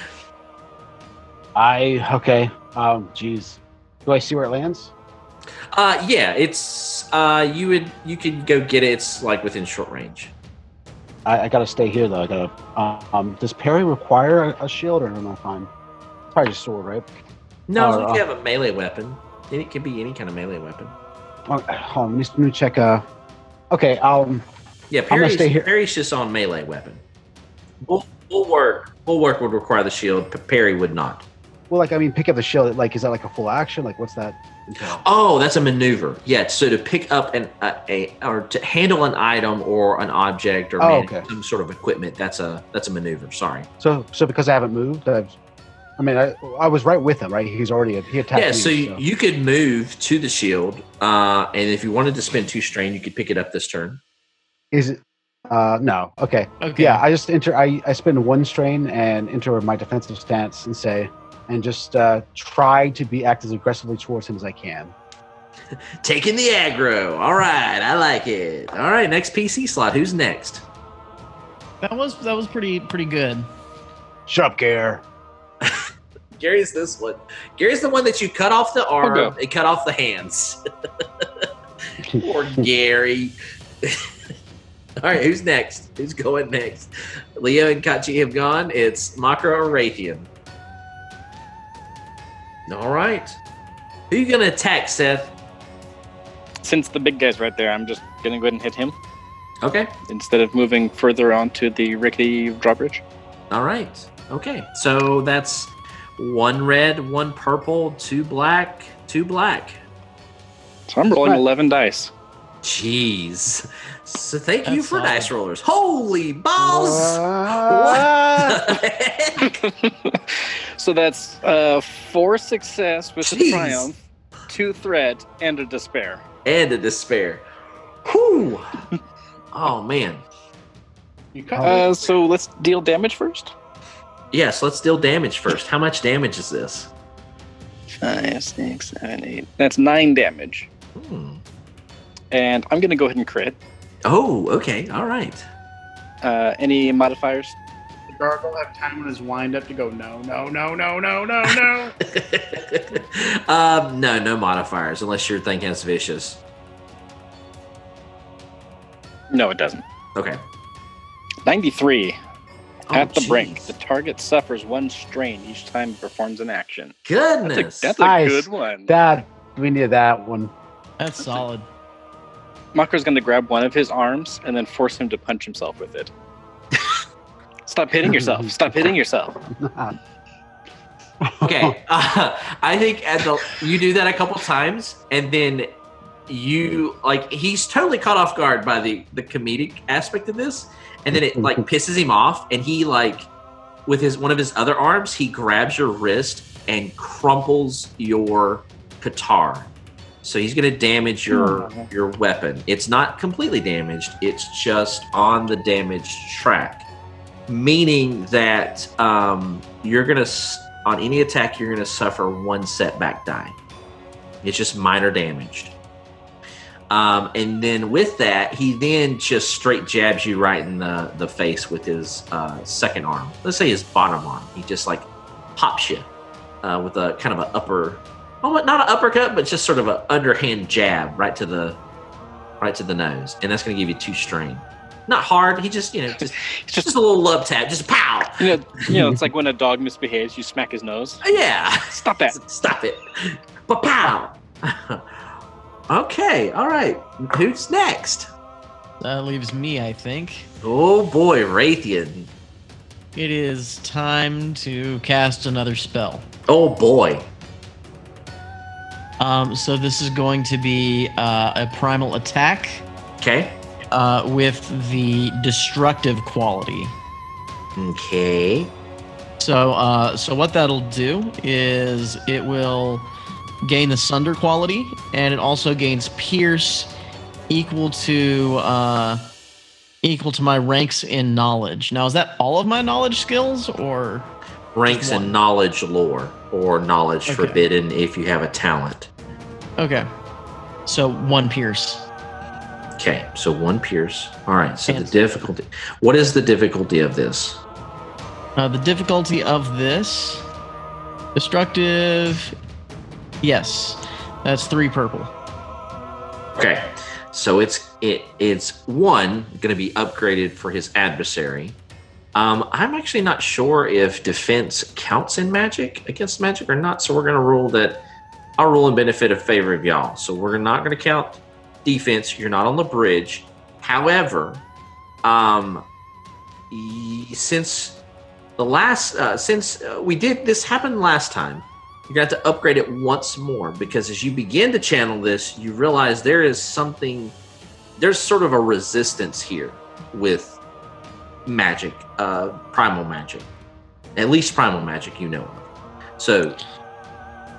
Speaker 4: I okay. Um, jeez, do I see where it lands?
Speaker 1: Uh, yeah, it's uh, you would you could go get it. It's like within short range.
Speaker 4: I, I gotta stay here though. I gotta. uh, Um, does Perry require a, a shield or am I fine? Probably just sword, right?
Speaker 1: No, as
Speaker 4: Oh,
Speaker 1: long as you have a melee weapon, then it could be any kind of melee weapon.
Speaker 4: Oh, hold on, let me, let me check. Uh, okay. Um,
Speaker 1: Yeah,
Speaker 4: gonna
Speaker 1: Parry's,
Speaker 4: stay here.
Speaker 1: Parry's just on melee weapon. Bull- Bulwark, Bulwark would require the shield. but Parry would not.
Speaker 4: well, like I mean, pick up the shield. Like, is that like a full action? Like, what's that? entail?
Speaker 1: Oh, that's a maneuver. Yeah, so to pick up an a, a or to handle an item or an object or
Speaker 4: Oh,
Speaker 1: manage
Speaker 4: okay.
Speaker 1: some sort of equipment. That's a that's a maneuver. Sorry.
Speaker 4: So, so because I haven't moved, I've. I mean, I, I was right with him, right? He's already he attacked
Speaker 1: yeah,
Speaker 4: me.
Speaker 1: so you, you could move to the shield, uh, and if you wanted to spend two strain, you could pick it up this turn.
Speaker 4: is it? Uh, no. Okay.
Speaker 2: Okay.
Speaker 4: Yeah, I just enter. I I spend one strain and enter my defensive stance and say, and just uh, try to be act as aggressively towards him as I can.
Speaker 1: Taking the aggro. All right, I like it. All right, next PC slot. Who's next?
Speaker 2: that was that was pretty pretty good.
Speaker 4: Shut up, Gare.
Speaker 1: Gary's this one. Gary's the one that you cut off the arm
Speaker 5: go.
Speaker 1: and cut off the hands. Poor Gary. All right, who's next? Who's going next? Leo and Kachi have gone. It's Makra or Raytheon. All right. Who you going to attack, Seth?
Speaker 5: Since the big guy's right there, I'm just gonna go ahead and hit him
Speaker 1: Okay.
Speaker 5: instead of moving further onto the rickety drawbridge.
Speaker 1: All right. Okay. So that's one red, one purple, two black, two black.
Speaker 5: So I'm rolling
Speaker 4: Right.
Speaker 5: eleven dice.
Speaker 1: Jeez. So thank you
Speaker 2: That's
Speaker 1: for
Speaker 2: all.
Speaker 1: dice rollers. Holy balls!
Speaker 4: What?
Speaker 1: What the heck?
Speaker 5: so that's uh, four success with
Speaker 1: Jeez.
Speaker 5: a triumph, two threat, and a despair.
Speaker 1: and a despair. Whew. Oh man.
Speaker 3: You cut
Speaker 4: Oh.
Speaker 5: Uh, so let's deal damage first.
Speaker 1: Yes, let's deal damage first. How much damage is this?
Speaker 5: Five, six, seven, eight. That's nine damage.
Speaker 1: Hmm.
Speaker 5: And I'm going to go ahead and crit.
Speaker 1: Oh, okay. All right.
Speaker 5: Uh, any modifiers?
Speaker 3: the gargoyle have time on his wind up to go no no no no no no no.
Speaker 1: um, no, no modifiers unless your thing has vicious.
Speaker 5: No, it doesn't.
Speaker 1: Okay.
Speaker 5: 93.
Speaker 1: Oh,
Speaker 5: At the
Speaker 1: jeez.
Speaker 5: brink, the target suffers one strain each time it performs an action. That's
Speaker 1: Goodness.
Speaker 5: a, that's a
Speaker 4: Nice.
Speaker 5: good one.
Speaker 4: That we needed that one.
Speaker 2: That's solid.
Speaker 5: Maka's going to grab one of his arms and then force him to punch himself with it. Stop hitting yourself. Stop hitting yourself.
Speaker 1: okay. Uh, I think at the you do that a couple times, and then you like he's totally caught off guard by the the comedic aspect of this, and then it like pisses him off, and he like with his one of his other arms, he grabs your wrist and crumples your guitar. So he's gonna damage your your weapon. It's not completely damaged. It's just on the damaged track, meaning that um, you're gonna s- on any attack you're gonna suffer one setback die. It's just minor damaged. Um, and then with that, he then just straight jabs you right in the, the face with his uh, second arm. Let's say his bottom arm. He just like pops you uh, with a kind of an upper, well, not an uppercut, but just sort of an underhand jab right to the right to the nose, and that's going to give you two strain. Not hard. He just you know just
Speaker 5: It's
Speaker 1: just
Speaker 5: just,
Speaker 1: a little love tap, just pow.
Speaker 5: you know, you know, it's like when a dog misbehaves, you smack his nose.
Speaker 1: Yeah.
Speaker 5: Stop that.
Speaker 1: Stop it. Pow. okay. All right. Who's next?
Speaker 2: That leaves me, I think.
Speaker 1: Oh boy, Raytheon.
Speaker 2: It is time to cast another spell.
Speaker 1: Oh boy.
Speaker 2: Um, so this is going to be uh, a primal attack
Speaker 1: Okay.
Speaker 2: uh, with the destructive quality.
Speaker 1: Okay.
Speaker 2: So, uh, so what that'll do is it will gain the Sunder quality, and it also gains Pierce equal to uh, equal to my ranks in knowledge. Now, is that all of my knowledge skills, or
Speaker 1: Ranks
Speaker 2: Just
Speaker 1: in
Speaker 2: one.
Speaker 1: knowledge lore or knowledge
Speaker 2: Okay.
Speaker 1: forbidden if you have a talent.
Speaker 2: okay? So one Pierce.
Speaker 1: Okay. So one pierce. All right. So the
Speaker 2: And-
Speaker 1: difficulty. What is the difficulty of this?
Speaker 2: Uh, the difficulty of this destructive, yes, that's three purple.
Speaker 1: Okay. So it's it it's one going to be upgraded for his adversary. Um, I'm actually not sure if defense counts in magic against magic or not. So we're going to rule that I'll rule in benefit of favor of y'all. So we're not going to count defense. You're not on the bridge. However, um, y- since the last uh, since uh, we did this happened last time, you're going to have to upgrade it once more because as you begin to channel this, you realize there is something, there's sort of a resistance here with magic, uh, primal magic, at least primal magic you know of. So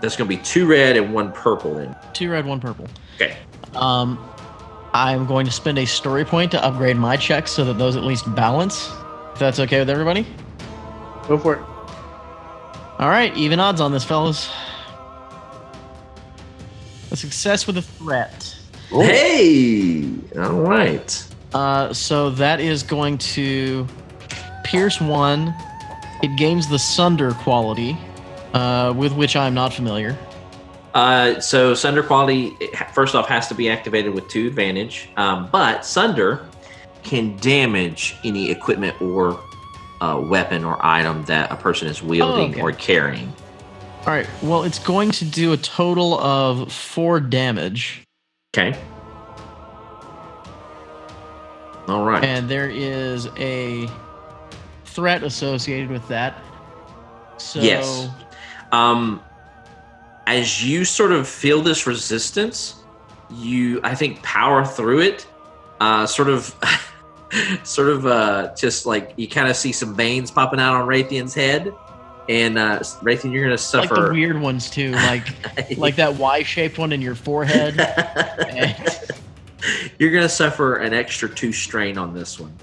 Speaker 1: that's going to be two red and one purple in.
Speaker 2: Two red, one purple.
Speaker 1: Okay.
Speaker 2: Um, I'm going to spend a story point to upgrade my checks so that those at least balance. If that's okay with everybody.
Speaker 3: Go for it.
Speaker 2: All right, even odds on this, fellas. A success with a threat.
Speaker 1: Hey! All right.
Speaker 2: Uh, so that is going to pierce one. It gains the sunder quality, uh, with which I'm not familiar.
Speaker 1: Uh, so Sunder quality it ha- first off has to be activated with two advantage, um, but Sunder can damage any equipment or uh, weapon or item that a person is wielding
Speaker 2: Oh, okay.
Speaker 1: or carrying.
Speaker 2: All right. Well, it's going to do a total of four damage.
Speaker 1: Okay. All right.
Speaker 2: and there is a threat associated with that. So
Speaker 1: Yes. um, as you sort of feel this resistance, you i think power through it uh sort of sort of uh just like you kind of see some veins popping out on Raytheon's head and uh Raytheon you're gonna
Speaker 2: Like the
Speaker 1: suffer
Speaker 2: weird ones too, like like that Y-shaped one in your forehead.
Speaker 1: you're gonna suffer an extra two strain on this one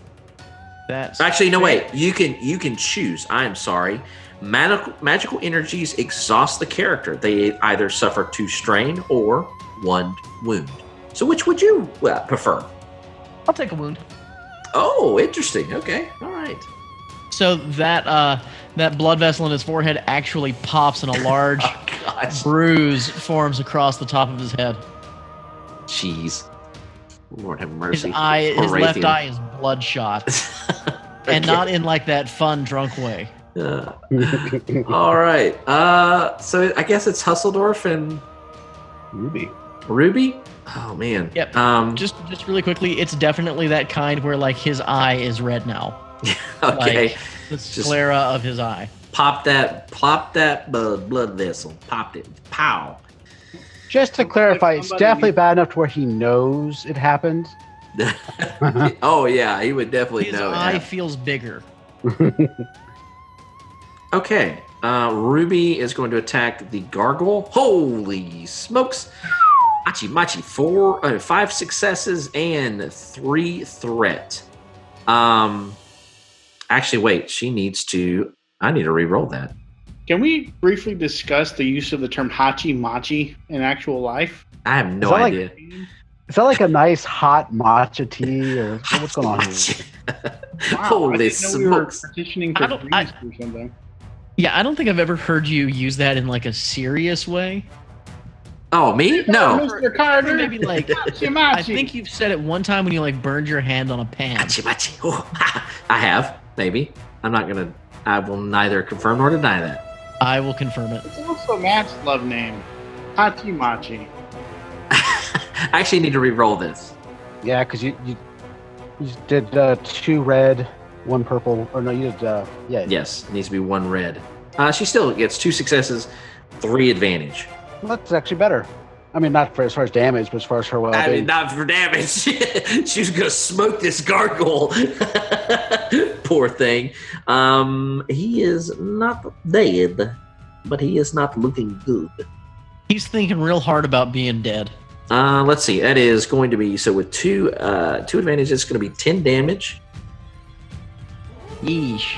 Speaker 2: That's
Speaker 1: Actually, no. Wait. You can you can choose. I am sorry. Magical magical energies exhaust the character. They either suffer two strain or one wound. So, which would you uh, prefer?
Speaker 2: I'll take a wound.
Speaker 1: Oh, interesting. Okay. All right.
Speaker 2: So that uh that blood vessel in his forehead actually pops and a large
Speaker 1: Oh gosh.
Speaker 2: bruise forms across the top of his head.
Speaker 1: Jeez. Lord have
Speaker 2: His
Speaker 1: mercy.
Speaker 2: eye his
Speaker 1: Poor
Speaker 2: left
Speaker 1: Raytheon.
Speaker 2: eye is bloodshot. And
Speaker 1: Okay.
Speaker 2: not in like that fun drunk way.
Speaker 1: Uh, all right. Uh. So I guess it's Husseldorf and
Speaker 4: Ruby.
Speaker 1: Ruby. Oh man.
Speaker 2: Yep.
Speaker 1: Um.
Speaker 2: Just just really quickly, it's definitely that kind where like his eye is red now.
Speaker 1: okay.
Speaker 2: Like the sclera of his eye.
Speaker 1: Pop that, pop that blood, blood vessel. Popped it. Pow.
Speaker 4: Just to clarify, it's
Speaker 3: somebody-
Speaker 4: definitely bad enough to where he knows it happened.
Speaker 1: oh yeah, he would definitely
Speaker 2: His
Speaker 1: know.
Speaker 2: eye
Speaker 1: that.
Speaker 2: feels bigger.
Speaker 1: Okay. Uh, Ruby is going to attack the gargoyle. Holy smokes! Machi Machi four, uh, five successes and three threat. Um, actually, wait. She needs to. I need to re-roll that.
Speaker 3: Can we briefly discuss the use of the term hachi machi in actual life?
Speaker 1: I have no
Speaker 4: that like-
Speaker 1: idea.
Speaker 4: Is that like a nice hot matcha tea or what's going on here?
Speaker 3: I
Speaker 1: Holy
Speaker 3: didn't know we were
Speaker 1: smokes!
Speaker 3: partitioning
Speaker 2: I
Speaker 3: for
Speaker 2: don't-
Speaker 3: Greece
Speaker 2: I-
Speaker 3: or something.
Speaker 2: Yeah, I don't think I've ever heard you use that in like a serious way.
Speaker 1: Oh me? No.
Speaker 3: Mr.
Speaker 2: Or
Speaker 3: Carter,
Speaker 2: maybe like
Speaker 3: hachi
Speaker 2: I
Speaker 3: machi.
Speaker 2: think you've said it one time when you like burned your hand on a pan.
Speaker 1: Machi machi. Oh, I have maybe. I'm not gonna. I will neither confirm nor deny that.
Speaker 2: I will confirm it.
Speaker 3: It's also Matt's love name, hachi machi.
Speaker 1: I actually need to re-roll this.
Speaker 4: Yeah, because you, you you just did uh, two red, one purple, or no, you did uh, yeah.
Speaker 1: Yes, it needs to be one red. Uh, she still gets two successes, three advantage.
Speaker 4: That's actually better. I mean, not for as far as damage, but as far as her well
Speaker 1: I mean,
Speaker 4: being.
Speaker 1: not for damage. She's gonna smoke this gargoyle. Poor thing. Um, he is not dead, but he is not looking good.
Speaker 2: He's thinking real hard about being dead.
Speaker 1: Uh, let's see. That is going to be so with two uh, two advantages. It's going to be ten damage.
Speaker 2: Yeesh.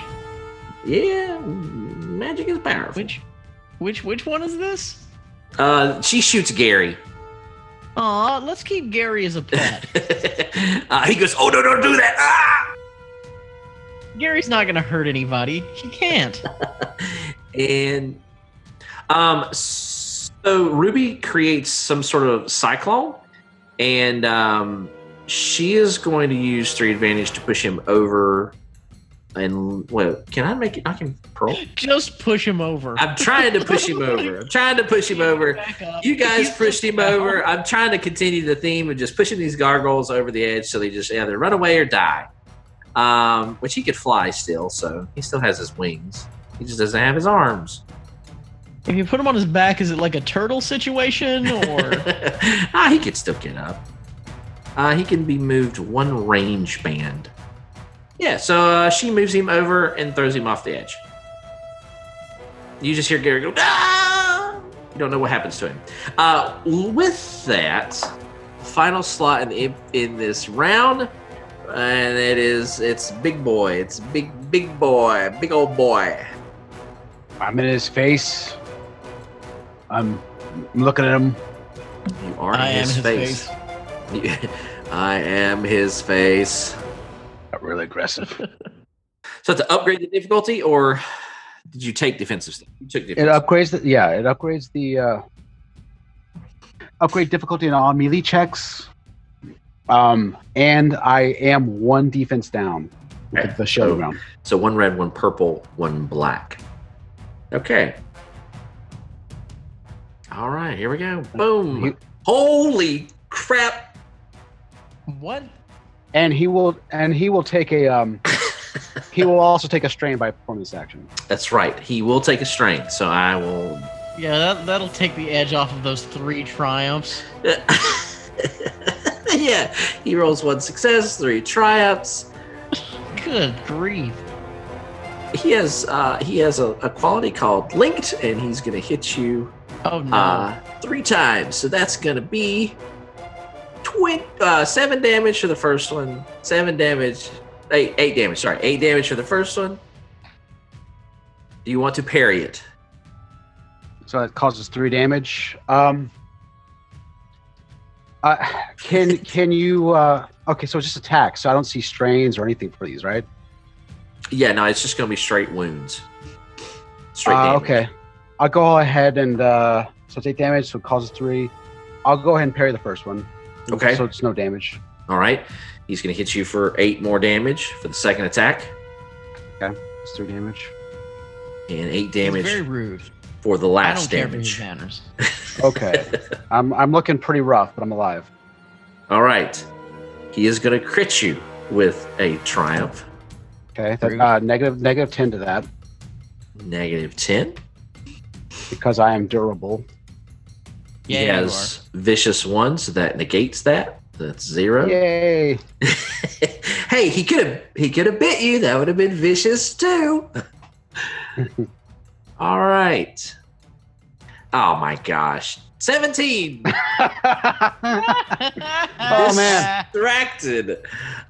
Speaker 1: Yeah, magic is powerful.
Speaker 2: Which, which, which one is this?
Speaker 1: Uh, she shoots Gary.
Speaker 2: Aw, let's keep Gary as a pet.
Speaker 1: uh, he goes, "Oh no, don't do that!" Ah!
Speaker 2: Gary's not gonna hurt anybody. He can't.
Speaker 1: and um so ruby creates some sort of cyclone and um she is going to use three advantage to push him over and well can i make it i can pearl
Speaker 2: Just push him over.
Speaker 1: i'm trying to push him over i'm trying to push him over
Speaker 2: Back up.
Speaker 1: you guys
Speaker 2: He's
Speaker 1: pushed him
Speaker 2: down.
Speaker 1: over i'm trying to continue the theme of just pushing these gargoyles over the edge so they just either run away or die um which he could fly still so he still has his wings he just doesn't have his arms
Speaker 2: If you put him on his back, is it like a turtle situation or?
Speaker 1: ah, he could still get up. Uh, he can be moved one range band. Yeah, so uh, she moves him over and throws him off the edge. You just hear Gary go, ah! You don't know what happens to him. Uh, with that, final slot in, in, in this round, and it is it's big boy. It's big big boy, big old boy.
Speaker 4: I'm in his face. I'm, I'm looking at him.
Speaker 1: You are
Speaker 2: I
Speaker 1: in
Speaker 2: am
Speaker 1: his,
Speaker 2: his
Speaker 1: face. I am his face.
Speaker 4: Got really aggressive.
Speaker 1: So to upgrade the difficulty, or did you take defensive stuff? You took
Speaker 4: It
Speaker 1: defensive.
Speaker 4: upgrades the yeah. It upgrades the uh, upgrade difficulty on all melee checks. Um, and I am one defense down with the show round.
Speaker 1: so one red, one purple, one black. Okay. All right, here we go. Boom.
Speaker 4: You-
Speaker 1: Holy crap.
Speaker 2: What?
Speaker 4: And he will and he will take a um, he will also take a strain by performing this action.
Speaker 1: That's right. He will take a strain, so I will.
Speaker 2: Yeah, that, that'll take the edge off of those three triumphs.
Speaker 1: yeah, he rolls one success, three tryouts.
Speaker 2: Good grief.
Speaker 1: He has uh, he has a, a quality called linked, and he's gonna hit you
Speaker 2: Oh no.
Speaker 1: uh, three times. So that's gonna be twi- uh, seven damage for the first one, seven damage, eight, eight damage. Sorry, eight damage for the first one. Do you want to parry it?
Speaker 4: So that causes three damage. Um, uh, can can you? Uh, okay, so it's just attacks. So I don't see strains or anything for these, right?
Speaker 1: Yeah, no, it's just gonna be straight wounds. Straight
Speaker 4: Uh,
Speaker 1: damage.
Speaker 4: okay, I'll go ahead and uh, so it's eight damage. So it causes three. I'll go ahead and parry the first one.
Speaker 1: Okay.
Speaker 4: So it's no damage.
Speaker 1: All right. He's going to hit you for eight more damage for the second attack
Speaker 4: It's three damage.
Speaker 1: and eight
Speaker 2: He's
Speaker 1: damage
Speaker 2: Very rude.
Speaker 1: for the
Speaker 2: I don't
Speaker 1: last
Speaker 2: care for his
Speaker 1: damage.
Speaker 2: manners.
Speaker 4: Okay, I'm I'm looking pretty rough, but I'm alive.
Speaker 1: All right. He is going to crit you with a triumph.
Speaker 4: Okay, that, uh, negative negative ten to that
Speaker 1: Negative 10.
Speaker 4: because I am durable.
Speaker 2: Yeah,
Speaker 1: he
Speaker 2: you
Speaker 1: has vicious one, so that negates that. That's zero.
Speaker 4: Yay!
Speaker 1: hey, he could have he could have bit you. That would have been vicious too. All right. Oh my gosh. 17
Speaker 4: Oh, man.
Speaker 1: distracted.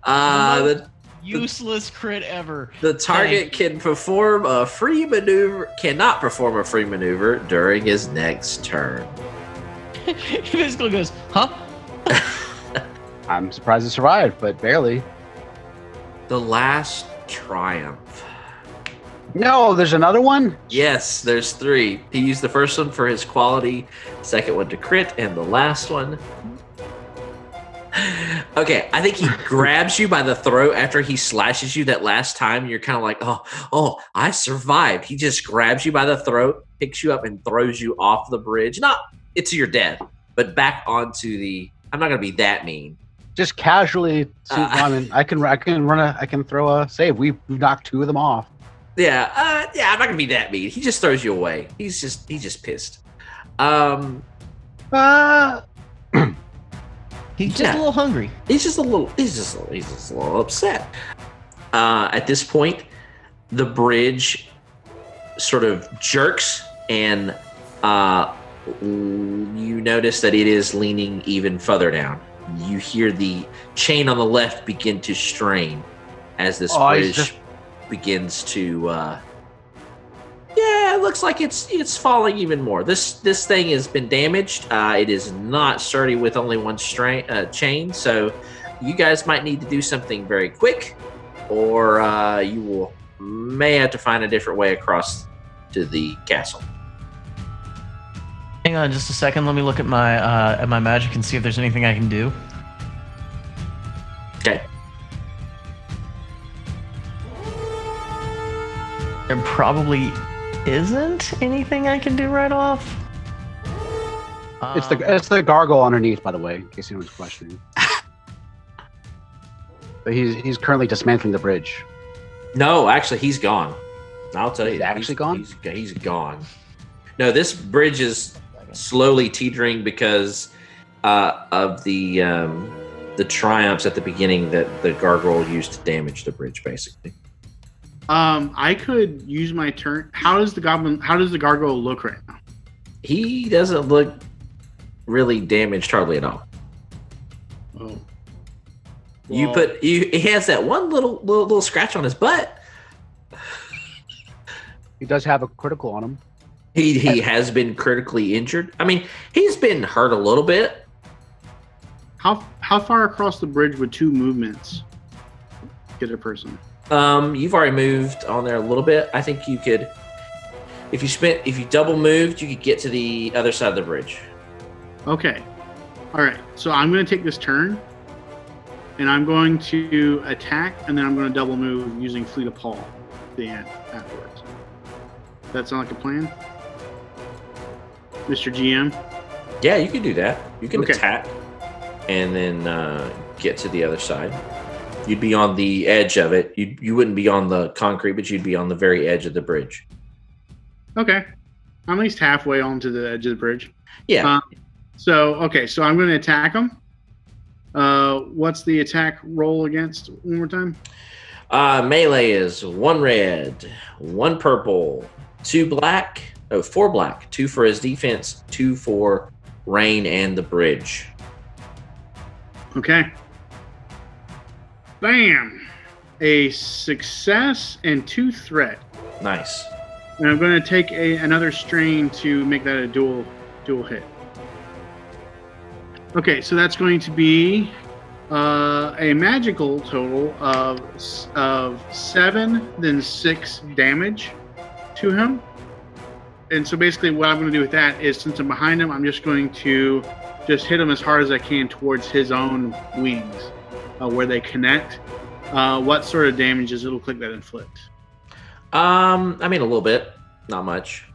Speaker 1: Uh, the
Speaker 2: Useless crit ever.
Speaker 1: The target can perform a free maneuver, cannot perform a free maneuver during his next turn.
Speaker 2: he basically goes, huh?
Speaker 4: I'm surprised it survived, but barely.
Speaker 1: The last triumph.
Speaker 4: No, there's another one.
Speaker 1: Yes, there's three. He used the first one for his quality, second one to crit, and the last one. Okay, I think he grabs you by the throat after he slashes you that last time. You're kind of like, oh, oh, I survived. He just grabs you by the throat, picks you up, and throws you off the bridge. Not into your death, but back onto the. I'm not gonna be that mean.
Speaker 4: just casually see
Speaker 1: Uh,
Speaker 4: I mean, I can I can run a I can throw a save. We've knocked two of them off.
Speaker 1: Yeah, uh, yeah, I'm not gonna be that mean. He just throws you away. He's just, he's just pissed. Um,
Speaker 4: Uh,
Speaker 2: He's just
Speaker 1: Yeah.
Speaker 2: a little hungry.
Speaker 1: he's just a little he's just he's just a little upset uh, at this point the bridge sort of jerks and uh, you notice that it is leaning even further down you hear the chain on the left begin to strain as this
Speaker 4: Oh,
Speaker 1: bridge
Speaker 4: he's just-
Speaker 1: begins to uh, yeah it looks like it's it's falling even more this this thing has been damaged uh, it is not sturdy with only one strain uh, chain so you guys might need to do something very quick, or uh, you will may have to find a different way across to the castle.
Speaker 2: Hang on just a second. Let me look at my uh, at my magic and see if there's anything I can do.
Speaker 1: Okay.
Speaker 2: There probably isn't anything I can do right off.
Speaker 4: it's
Speaker 2: Um,
Speaker 4: the it's the gargoyle underneath, by the way, in case anyone's questioning. but he's he's currently dismantling the bridge.
Speaker 1: No, actually, he's gone. I'll tell you.
Speaker 4: He's actually
Speaker 1: he's-
Speaker 4: gone?
Speaker 1: He's, he's gone. No, this bridge is slowly teetering because uh, of the um, the triumphs at the beginning that the gargoyle used to damage the bridge, basically.
Speaker 3: Um, I could use my turn. How does the goblin? How does the gargoyle look right now?
Speaker 1: He doesn't look really damaged hardly at all.
Speaker 3: Oh,
Speaker 1: You
Speaker 3: Well-
Speaker 1: put you. He has that one little little, little scratch on his butt.
Speaker 4: He does have a critical on him.
Speaker 1: He he has been critically injured. I mean, he's been hurt a little bit.
Speaker 3: how how far across the bridge would two movements get a person?
Speaker 1: Um, you've already moved on there a little bit. I think you could, if you spent if you double moved, you could get to the other side of the bridge.
Speaker 3: Okay, all right. So I'm going to take this turn, and I'm going to attack, and then I'm going to double move using fleet of paw. at The end afterwards. That sound like a plan, Mr. GM?
Speaker 1: Yeah, you can do that. You can
Speaker 3: Okay.
Speaker 1: attack, and then uh, get to the other side. You'd be on the edge of it. You you wouldn't be on the concrete, but you'd be on the very edge of the bridge.
Speaker 3: Okay, I'm at least halfway onto the edge of the bridge.
Speaker 1: Yeah.
Speaker 3: Um, so okay, so I'm going to attack him. Uh, what's the attack roll against? One more time.
Speaker 1: Uh, melee is one red, one purple, two black, no, four black, two for his defense, two for Rain and the bridge.
Speaker 3: Okay. Bam! A success and two threat.
Speaker 1: Nice.
Speaker 3: And I'm going to take a, another strain to make that a dual dual hit. Okay, so that's going to be uh, a magical total of s- of seven, then six damage to him. And so basically, what I'm going to do with that is, since I'm behind him, I'm just going to just hit him as hard as I can towards his own wings, uh, where they connect. Uh, what sort of damage does it look like that inflict?
Speaker 1: Um, I mean a little bit, not much.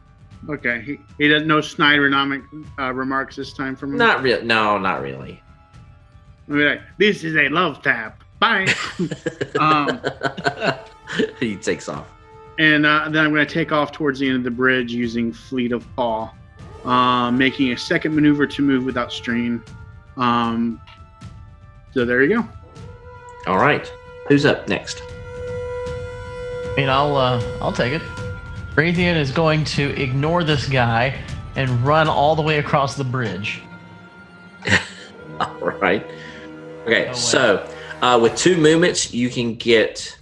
Speaker 3: Okay, he, he doesn't no Snyderonomic uh, remarks this time
Speaker 2: Hmm.
Speaker 3: from him.
Speaker 1: Not real. No, not really.
Speaker 3: I'll be like, this is a love tap. Bye. Um.
Speaker 1: he takes off.
Speaker 3: and uh, then I'm going to take off towards the end of the bridge using Fleet of Paw, um, making a second maneuver to move without strain. Um, so there you go.
Speaker 1: All right. Who's up next?
Speaker 2: I mean, I'll uh, I'll take it. Raytheon is going to ignore this guy and run all the way across the bridge.
Speaker 1: All right. Okay,
Speaker 2: No way.
Speaker 1: so uh, with two movements, you can get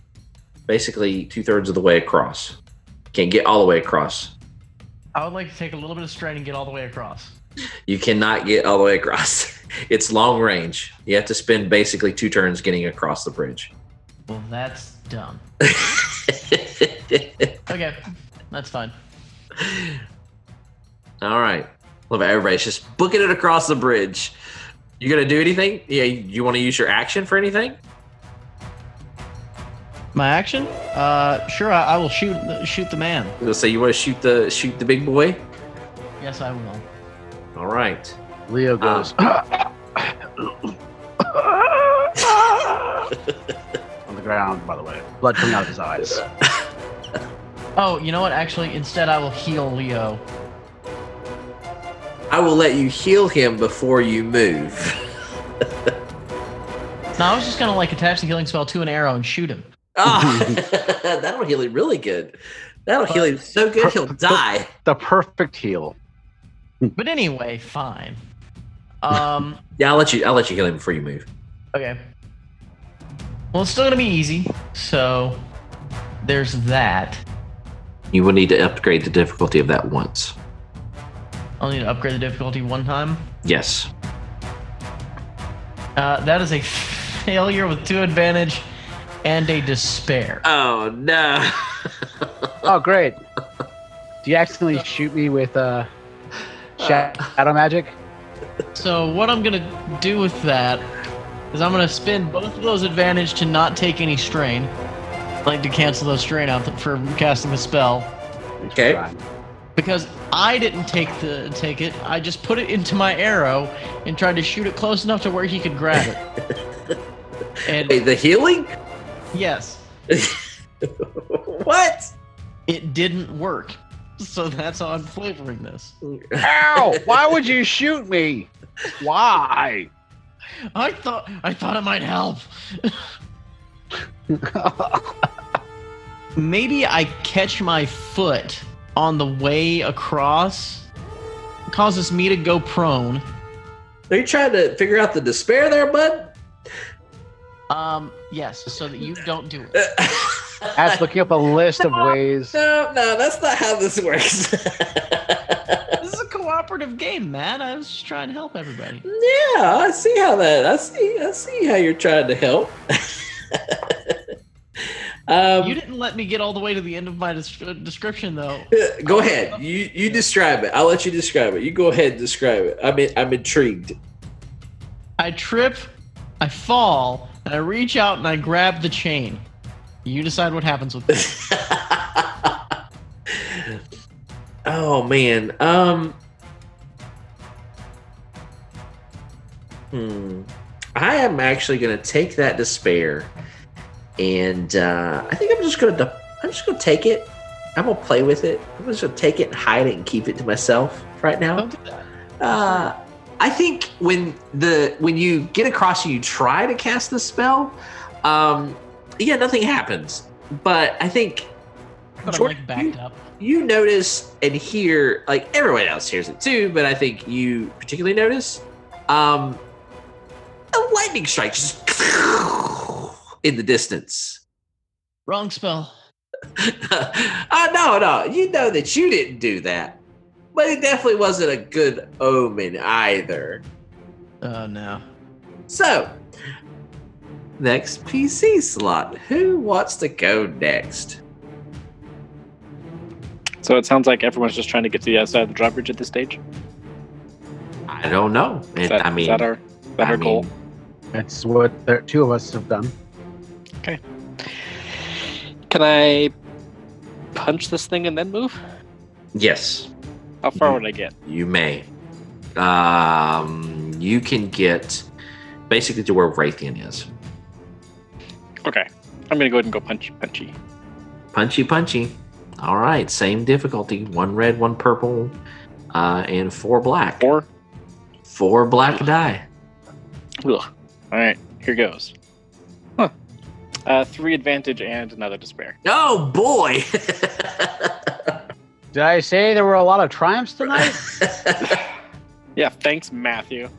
Speaker 1: basically two thirds of the way across. Can't get all the way across.
Speaker 2: I would like to take a little bit of strain and get all the way across.
Speaker 1: You cannot get all the way across. it's long range. You have to spend basically two turns getting across the bridge.
Speaker 2: Well, that's dumb. Okay, that's fine.
Speaker 1: all right. Love it. Everybody's just booking it across the bridge. You gonna do anything? Yeah, you want to use your action for anything?
Speaker 2: My action? Uh, sure. I, I will shoot shoot the man.
Speaker 1: So you want to shoot the shoot the big boy?
Speaker 2: Yes, I will.
Speaker 1: All right.
Speaker 7: Leo goes. on the ground, by the way, blood coming out of his eyes.
Speaker 2: Oh, you know what? Actually, instead, I will heal Leo.
Speaker 1: I will let you heal him before you move.
Speaker 2: No, I was just gonna like attach the healing spell to an arrow and shoot him.
Speaker 1: Ah, that'll heal him really good. That'll heal him so good he'll die.
Speaker 7: The perfect heal.
Speaker 2: But anyway, fine. Um.
Speaker 1: Yeah, I'll let you. I'll let you heal him before you move.
Speaker 2: Okay. Well, it's still gonna be easy. So there's that.
Speaker 1: You will need to upgrade the difficulty of that once.
Speaker 2: I'll need to upgrade the difficulty one time.
Speaker 1: Yes.
Speaker 2: Uh, that is a failure with two advantage and a despair.
Speaker 1: Oh no.
Speaker 4: Oh, great. Do you accidentally shoot me with uh, shadow magic?
Speaker 2: So what I'm gonna do with that is I'm gonna spend both of those advantage to not take any strain, like to cancel those strain out th- for casting the spell,
Speaker 7: Thanks for
Speaker 1: Okay.
Speaker 7: trying.
Speaker 2: because I didn't take the take it. I just put it into my arrow and tried to shoot it close enough to where he could grab it. and
Speaker 1: Wait, the healing?
Speaker 2: yes,
Speaker 1: what?
Speaker 2: it didn't work. So that's how I'm flavoring this.
Speaker 7: Ow! Why would you shoot me? Why?
Speaker 2: I thought I thought it might help. Maybe I catch my foot on the way across, causes me to go prone.
Speaker 1: Are you trying to figure out the despair there, bud?
Speaker 2: Um, yes, so that you don't do it.
Speaker 4: As looking up a list of ways.
Speaker 1: no, no, that's not how this works.
Speaker 2: This is a cooperative game, man. I was just trying to help everybody.
Speaker 1: Yeah, I see how that. I see. I see how you're trying to help. um,
Speaker 2: You didn't let me get all the way to the end of my des- description, though.
Speaker 1: uh, go ahead. You you describe it. I'll let you describe it. You go ahead and describe it. I'm in, I'm intrigued.
Speaker 2: I trip, I fall, and I reach out and I grab the chain. You decide what happens with this.
Speaker 1: oh man. Um. Hmm. I am actually going to take that despair, and uh, I think I'm just going to. I'm just going to take it. I'm going to play with it. I'm just going to take it and hide it and keep it to myself right now.
Speaker 2: Don't do that.
Speaker 1: Uh, I think when the when you get across and you try to cast the spell, um, yeah, nothing happens. But I think
Speaker 2: But I'm
Speaker 1: Jordan,
Speaker 2: like
Speaker 1: you-
Speaker 2: backed up.
Speaker 1: you notice and hear like everyone else hears it too but i think you particularly notice um a lightning strike just in the distance
Speaker 2: Wrong spell.
Speaker 1: uh, no no you know that you didn't do that but it definitely wasn't a good omen either
Speaker 2: Oh no.
Speaker 1: so next pc slot who wants to go next
Speaker 5: So it sounds like everyone's just trying to get to the outside of the drawbridge at this stage.
Speaker 1: i don't know
Speaker 5: Is
Speaker 1: and,
Speaker 5: that,
Speaker 1: i
Speaker 5: is
Speaker 1: mean
Speaker 5: that our, is that
Speaker 1: I
Speaker 5: our goal?
Speaker 1: mean,
Speaker 4: That's what the two of us have done.
Speaker 5: Can I punch this thing and then move?
Speaker 1: yes
Speaker 5: How far would I get?
Speaker 1: You may. Um, you can get basically to where Raytheon is.
Speaker 5: Okay, I'm gonna go ahead and go punch punchy.
Speaker 1: Punchy, punchy. All right, same difficulty. One red, one purple, uh, and four black.
Speaker 5: Four.
Speaker 1: Four black die.
Speaker 5: Ugh. All right, here goes. Huh. Uh, three advantage and another despair.
Speaker 1: Oh boy!
Speaker 7: Did I say there were a lot of triumphs tonight?
Speaker 5: Yeah, thanks, Matthew.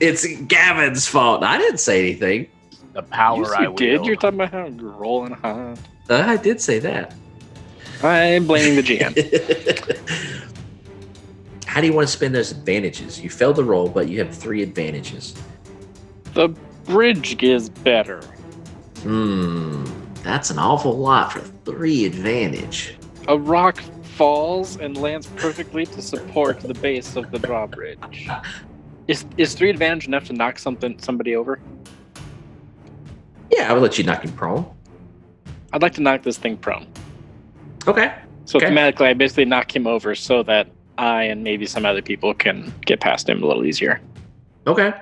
Speaker 1: it's Gavin's fault. I didn't say anything.
Speaker 7: the power
Speaker 5: Yes,
Speaker 7: I
Speaker 5: you did.
Speaker 7: wield.
Speaker 5: You're talking about how you're rolling high.
Speaker 1: Uh, I did say that.
Speaker 5: I'm blaming the GM.
Speaker 1: How do you want to spend those advantages? You failed the roll, but you have three advantages.
Speaker 5: the bridge is better.
Speaker 1: Hmm, that's an awful lot for three advantage.
Speaker 5: A rock falls and lands perfectly to support the base of the drawbridge. Is is three advantage enough to knock something somebody over?
Speaker 1: Yeah, I would let you knock him prone.
Speaker 5: I'd like to knock this thing prone.
Speaker 1: Okay.
Speaker 5: So
Speaker 1: Okay.
Speaker 5: thematically, I basically knock him over so that I and maybe some other people can get past him a little easier.
Speaker 1: Okay.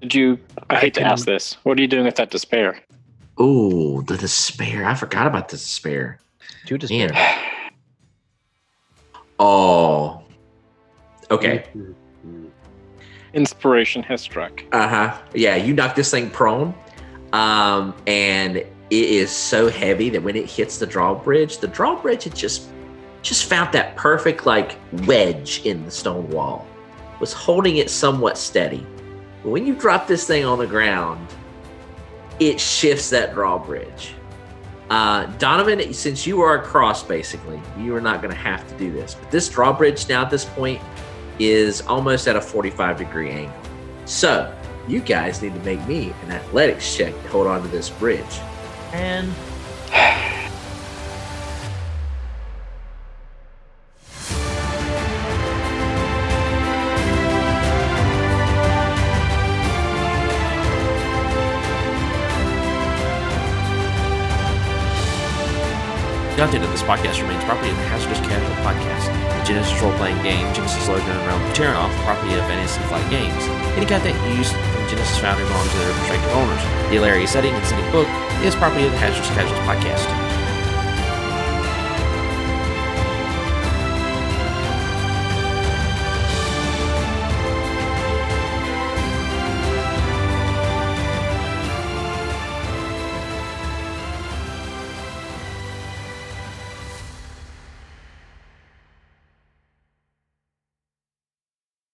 Speaker 5: Did you? I,
Speaker 2: I
Speaker 5: hate to
Speaker 2: can-
Speaker 5: ask this. What are you doing with that despair?
Speaker 1: Ooh, the despair. I forgot about the despair.
Speaker 7: Two
Speaker 1: Man.
Speaker 7: despair.
Speaker 1: Oh. Okay.
Speaker 5: Inspiration has struck.
Speaker 1: Uh huh. Yeah, you knock this thing prone, um, and it is so heavy that when it hits the drawbridge, the drawbridge it just just found that perfect like wedge in the stone wall, was holding it somewhat steady. But when you drop this thing on the ground, it shifts that drawbridge. Uh, Donovan, since you are across, basically, you are not going to have to do this. But this drawbridge now at this point is almost at a 45 degree angle. So, you guys need to make me an athletics check to hold on to this bridge.
Speaker 2: And
Speaker 1: Content of this podcast remains property of the Hazardous Casual Podcast, the Genesis role playing game, Genesis logo and realm of Terranoff, property of Fantasy Flight Games. Any content used from Genesis founder belongs to their respective owners. The Larry setting and civic book is property of the Hazardous Casuals Podcast.